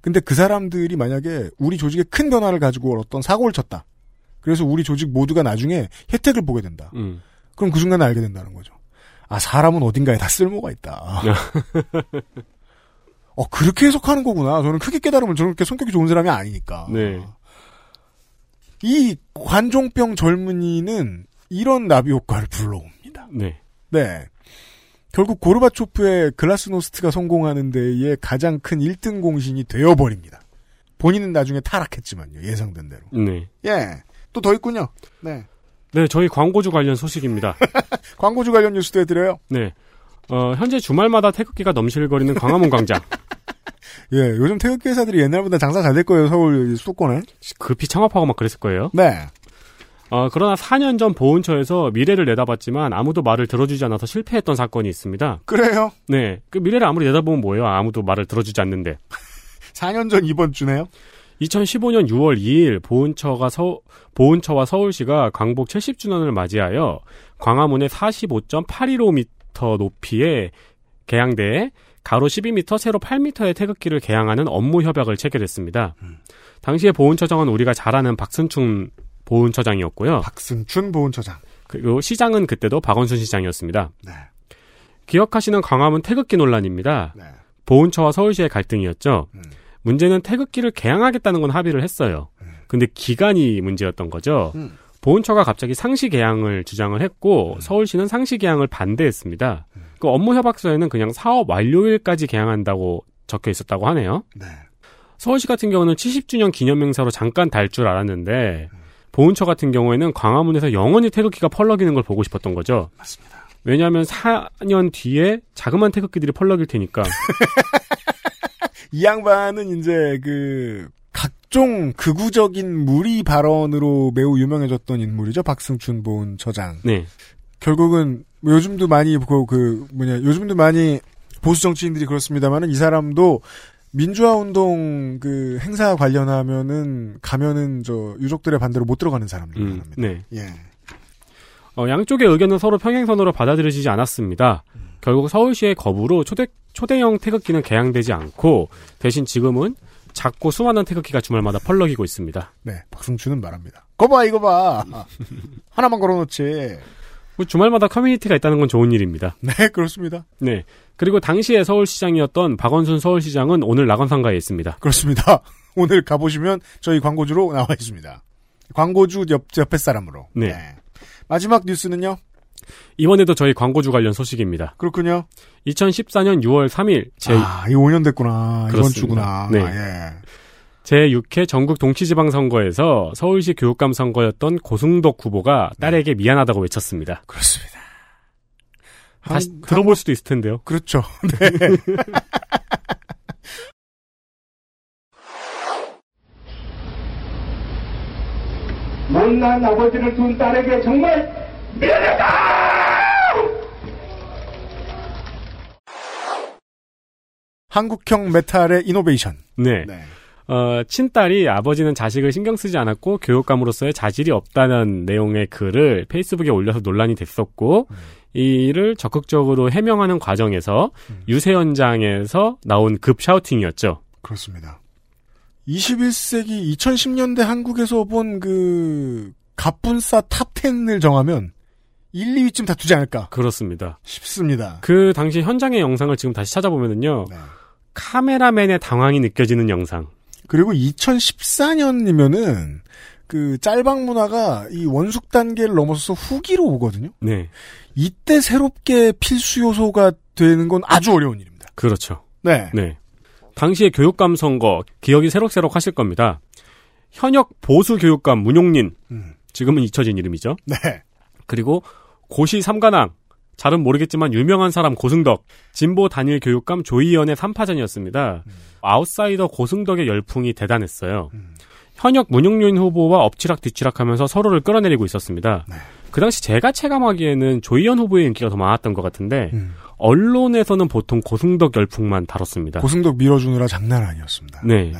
근데 그 사람들이 만약에 우리 조직에 큰 변화를 가지고 어떤 사고를 쳤다. 그래서 우리 조직 모두가 나중에 혜택을 보게 된다. 음. 그럼 그 순간에 알게 된다는 거죠. 아, 사람은 어딘가에 다 쓸모가 있다. 어, 그렇게 해석하는 거구나. 저는 크게 깨달으면 저는 그렇게 성격이 좋은 사람이 아니니까. 네. 이 관종병 젊은이는 이런 나비 효과를 불러옵니다. 네. 네. 결국 고르바초프의 글라스노스트가 성공하는 데에 가장 큰 1등 공신이 되어버립니다. 본인은 나중에 타락했지만요. 예상된 대로. 네. 예. 또 더 있군요. 네. 네, 저희 광고주 관련 소식입니다. 광고주 관련 뉴스도 해드려요. 네. 어, 현재 주말마다 태극기가 넘실거리는 광화문 광장. 예, 요즘 태극기 회사들이 옛날보다 장사 잘 될 거예요, 서울 수도권에. 급히 창업하고 막 그랬을 거예요. 네. 어, 그러나 4년 전 보훈처에서 미래를 내다봤지만 아무도 말을 들어주지 않아서 실패했던 사건이 있습니다. 그래요? 네. 그 미래를 아무리 내다보면 뭐예요? 아무도 말을 들어주지 않는데. 4년 전 이번 주네요? 2015년 6월 2일 보훈처가 서, 보훈처와 서울시가 광복 70주년을 맞이하여 광화문에 45.815m 높이의 개양대에 가로 12m, 세로 8m의 태극기를 개양하는 업무 협약을 체결했습니다. 당시에 보훈처장은 우리가 잘 아는 박순춘 보훈처장이었고요. 박승춘 보훈처장. 그리고 시장은 그때도 박원순 시장이었습니다. 기억하시는 광화문 태극기 논란입니다. 보훈처와 서울시의 갈등이었죠. 문제는 태극기를 개항하겠다는 건 합의를 했어요. 근데 기간이 문제였던 거죠. 음. 보훈처가 갑자기 상시 개항을 주장을 했고 서울시는 상시 개항을 반대했습니다. 그 업무 협약서에는 그냥 사업 완료일까지 개항한다고 적혀 있었다고 하네요. 서울시 같은 경우는 70주년 기념 행사로 잠깐 달 줄 알았는데 보훈처 같은 경우에는 광화문에서 영원히 태극기가 펄럭이는 걸 보고 싶었던 거죠. 맞습니다. 왜냐하면 4년 뒤에 자그마한 태극기들이 펄럭일 테니까 이 양반은 이제 그 각종 극우적인 무리 발언으로 매우 유명해졌던 인물이죠. 박승춘 보훈처장. 네. 결국은 뭐 요즘도 많이 그, 그 뭐냐 요즘도 많이 보수 정치인들이 그렇습니다만은 이 사람도 민주화 운동 그 행사 관련하면은 가면은 저 유족들의 반대로 못 들어가는 사람들. 음, 네. 예. 어, 양쪽의 의견은 서로 평행선으로 받아들여지지 않았습니다. 결국 서울시의 거부로 초대, 초대형 태극기는 개항되지 않고 대신 지금은 작고 수많은 태극기가 주말마다 펄럭이고 있습니다. 네. 박승춘은 말합니다. 거봐 이거 봐. 하나만 걸어놓지. 뭐 주말마다 커뮤니티가 있다는 건 좋은 일입니다. 네, 그렇습니다. 네. 그리고 당시에 서울시장이었던 박원순 서울시장은 오늘 낙원상가에 있습니다. 그렇습니다. 오늘 가보시면 저희 광고주로 나와 있습니다. 광고주 옆, 옆에 사람으로. 네. 마지막 뉴스는요? 이번에도 저희 광고주 관련 소식입니다. 그렇군요. 2014년 6월 3일 제 아, 이 5년 됐구나. 이번 주구나. 그렇습니다. 네. 예. 제6회 전국 동치지방선거에서 서울시 교육감 선거였던 고승덕 후보가 딸에게 미안하다고 외쳤습니다. 그렇습니다. 다시 들어볼 수도 있을 텐데요. 그렇죠. 네. 못난 아버지를 둔 딸에게 정말 미안하다! 한국형 메탈의 이노베이션. 네. 어, 친딸이 아버지는 자식을 신경 쓰지 않았고 교육감으로서의 자질이 없다는 내용의 글을 페이스북에 올려서 논란이 됐었고 이를 적극적으로 해명하는 과정에서 유세 현장에서 나온 급 샤우팅이었죠. 그렇습니다. 21세기 2010년대 한국에서 본 그 갑분싸 탑10을 정하면 1, 2위쯤 다투지 않을까 그렇습니다. 싶습니다. 그 당시 현장의 영상을 지금 다시 찾아보면은요. 네. 카메라맨의 당황이 느껴지는 영상. 그리고 2014년이면은 그 짤방 문화가 이 원숙 단계를 넘어서서 후기로 오거든요. 네. 이때 새롭게 필수 요소가 되는 건 아주 어려운 일입니다. 그렇죠. 네. 당시의 교육감 선거 기억이 새록새록 하실 겁니다. 현역 보수 교육감 문용린 지금은 잊혀진 이름이죠. 음. 네. 그리고 고시 삼관왕 잘은 모르겠지만 유명한 사람 고승덕 진보 단일 교육감 조희연의 3파전이었습니다. 아웃사이더 고승덕의 열풍이 대단했어요. 현역 문용린 후보와 엎치락뒤치락하면서 서로를 끌어내리고 있었습니다. 네. 그 당시 제가 체감하기에는 조희연 후보의 인기가 더 많았던 것 같은데 음. 언론에서는 보통 고승덕 열풍만 다뤘습니다. 고승덕 밀어주느라 장난 아니었습니다. 네.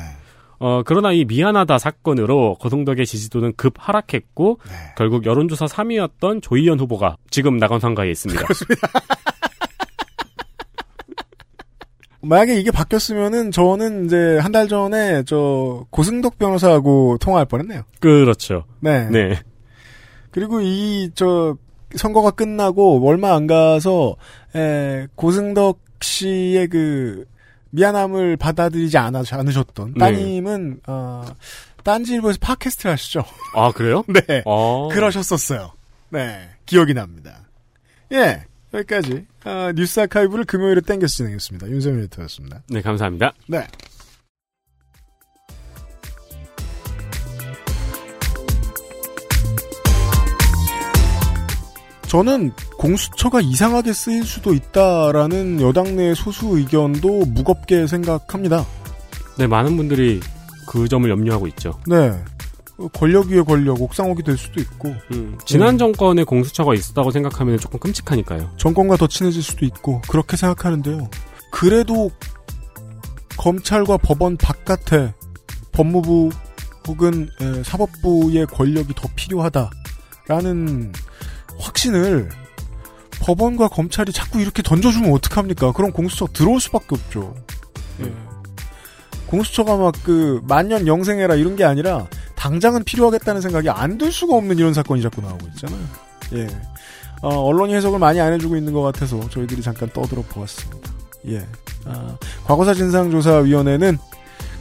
어, 그러나 이 미안하다 사건으로 고승덕의 지지도는 급 하락했고, 네. 결국 여론조사 3위였던 조희연 후보가 지금 나간 상가에 있습니다. 만약에 이게 바뀌었으면은 저는 이제 한 달 전에 저 고승덕 변호사하고 통화할 뻔했네요. 그렇죠. 네. 네. 그리고 이 저 선거가 끝나고 얼마 안 가서 에, 고승덕 씨의 그 미안함을 받아들이지 않아, 않으셨던 네. 따님은 어, 딴지일보에서 팟캐스트를 하시죠. 아, 그래요? 네. 아. 그러셨었어요. 네. 기억이 납니다. 예. 여기까지 아, 뉴스 아카이브를 금요일에 땡겨 진행했습니다. 윤세민 리터였습니다. 네, 감사합니다. 네. 저는 공수처가 이상하게 쓰일 수도 있다라는 여당 내 소수 의견도 무겁게 생각합니다. 네, 많은 분들이 그 점을 염려하고 있죠. 네. 권력 위에 권력, 옥상옥이 될 수도 있고. 음, 지난 정권에 공수처가 있었다고 생각하면 조금 끔찍하니까요. 정권과 더 친해질 수도 있고, 그렇게 생각하는데요. 그래도 검찰과 법원 바깥에 법무부 혹은 에, 사법부의 권력이 더 필요하다라는 확신을 법원과 검찰이 자꾸 이렇게 던져주면 어떡합니까? 그럼 공수처 들어올 수밖에 없죠. 예. 공수처가 막 그 만년 영생해라 이런 게 아니라 당장은 필요하겠다는 생각이 안 들 수가 없는 이런 사건이 자꾸 나오고 있잖아요. 예. 어, 언론이 해석을 많이 안 해주고 있는 것 같아서 저희들이 잠깐 떠들어 보았습니다. 예. 아, 과거사 진상조사위원회는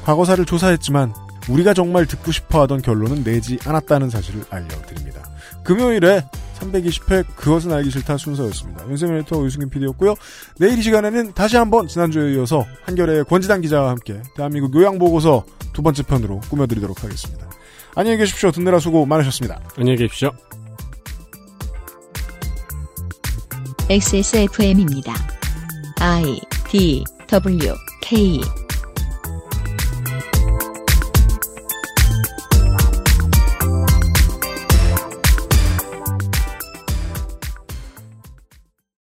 과거사를 조사했지만 우리가 정말 듣고 싶어 하던 결론은 내지 않았다는 사실을 알려드립니다. 금요일에 320회 그것은 알기 싫다 순서였습니다. 윤세민 에디터 유승균 PD였고요. 내일 이 시간에는 다시 한번 지난주에 이어서 한겨레의 권지단 기자와 함께 대한민국 요양보고서 두 번째 편으로 꾸며드리도록 하겠습니다. 안녕히 계십시오. 듣느라 수고 많으셨습니다. 안녕히 계십시오. XSFM입니다. I D W K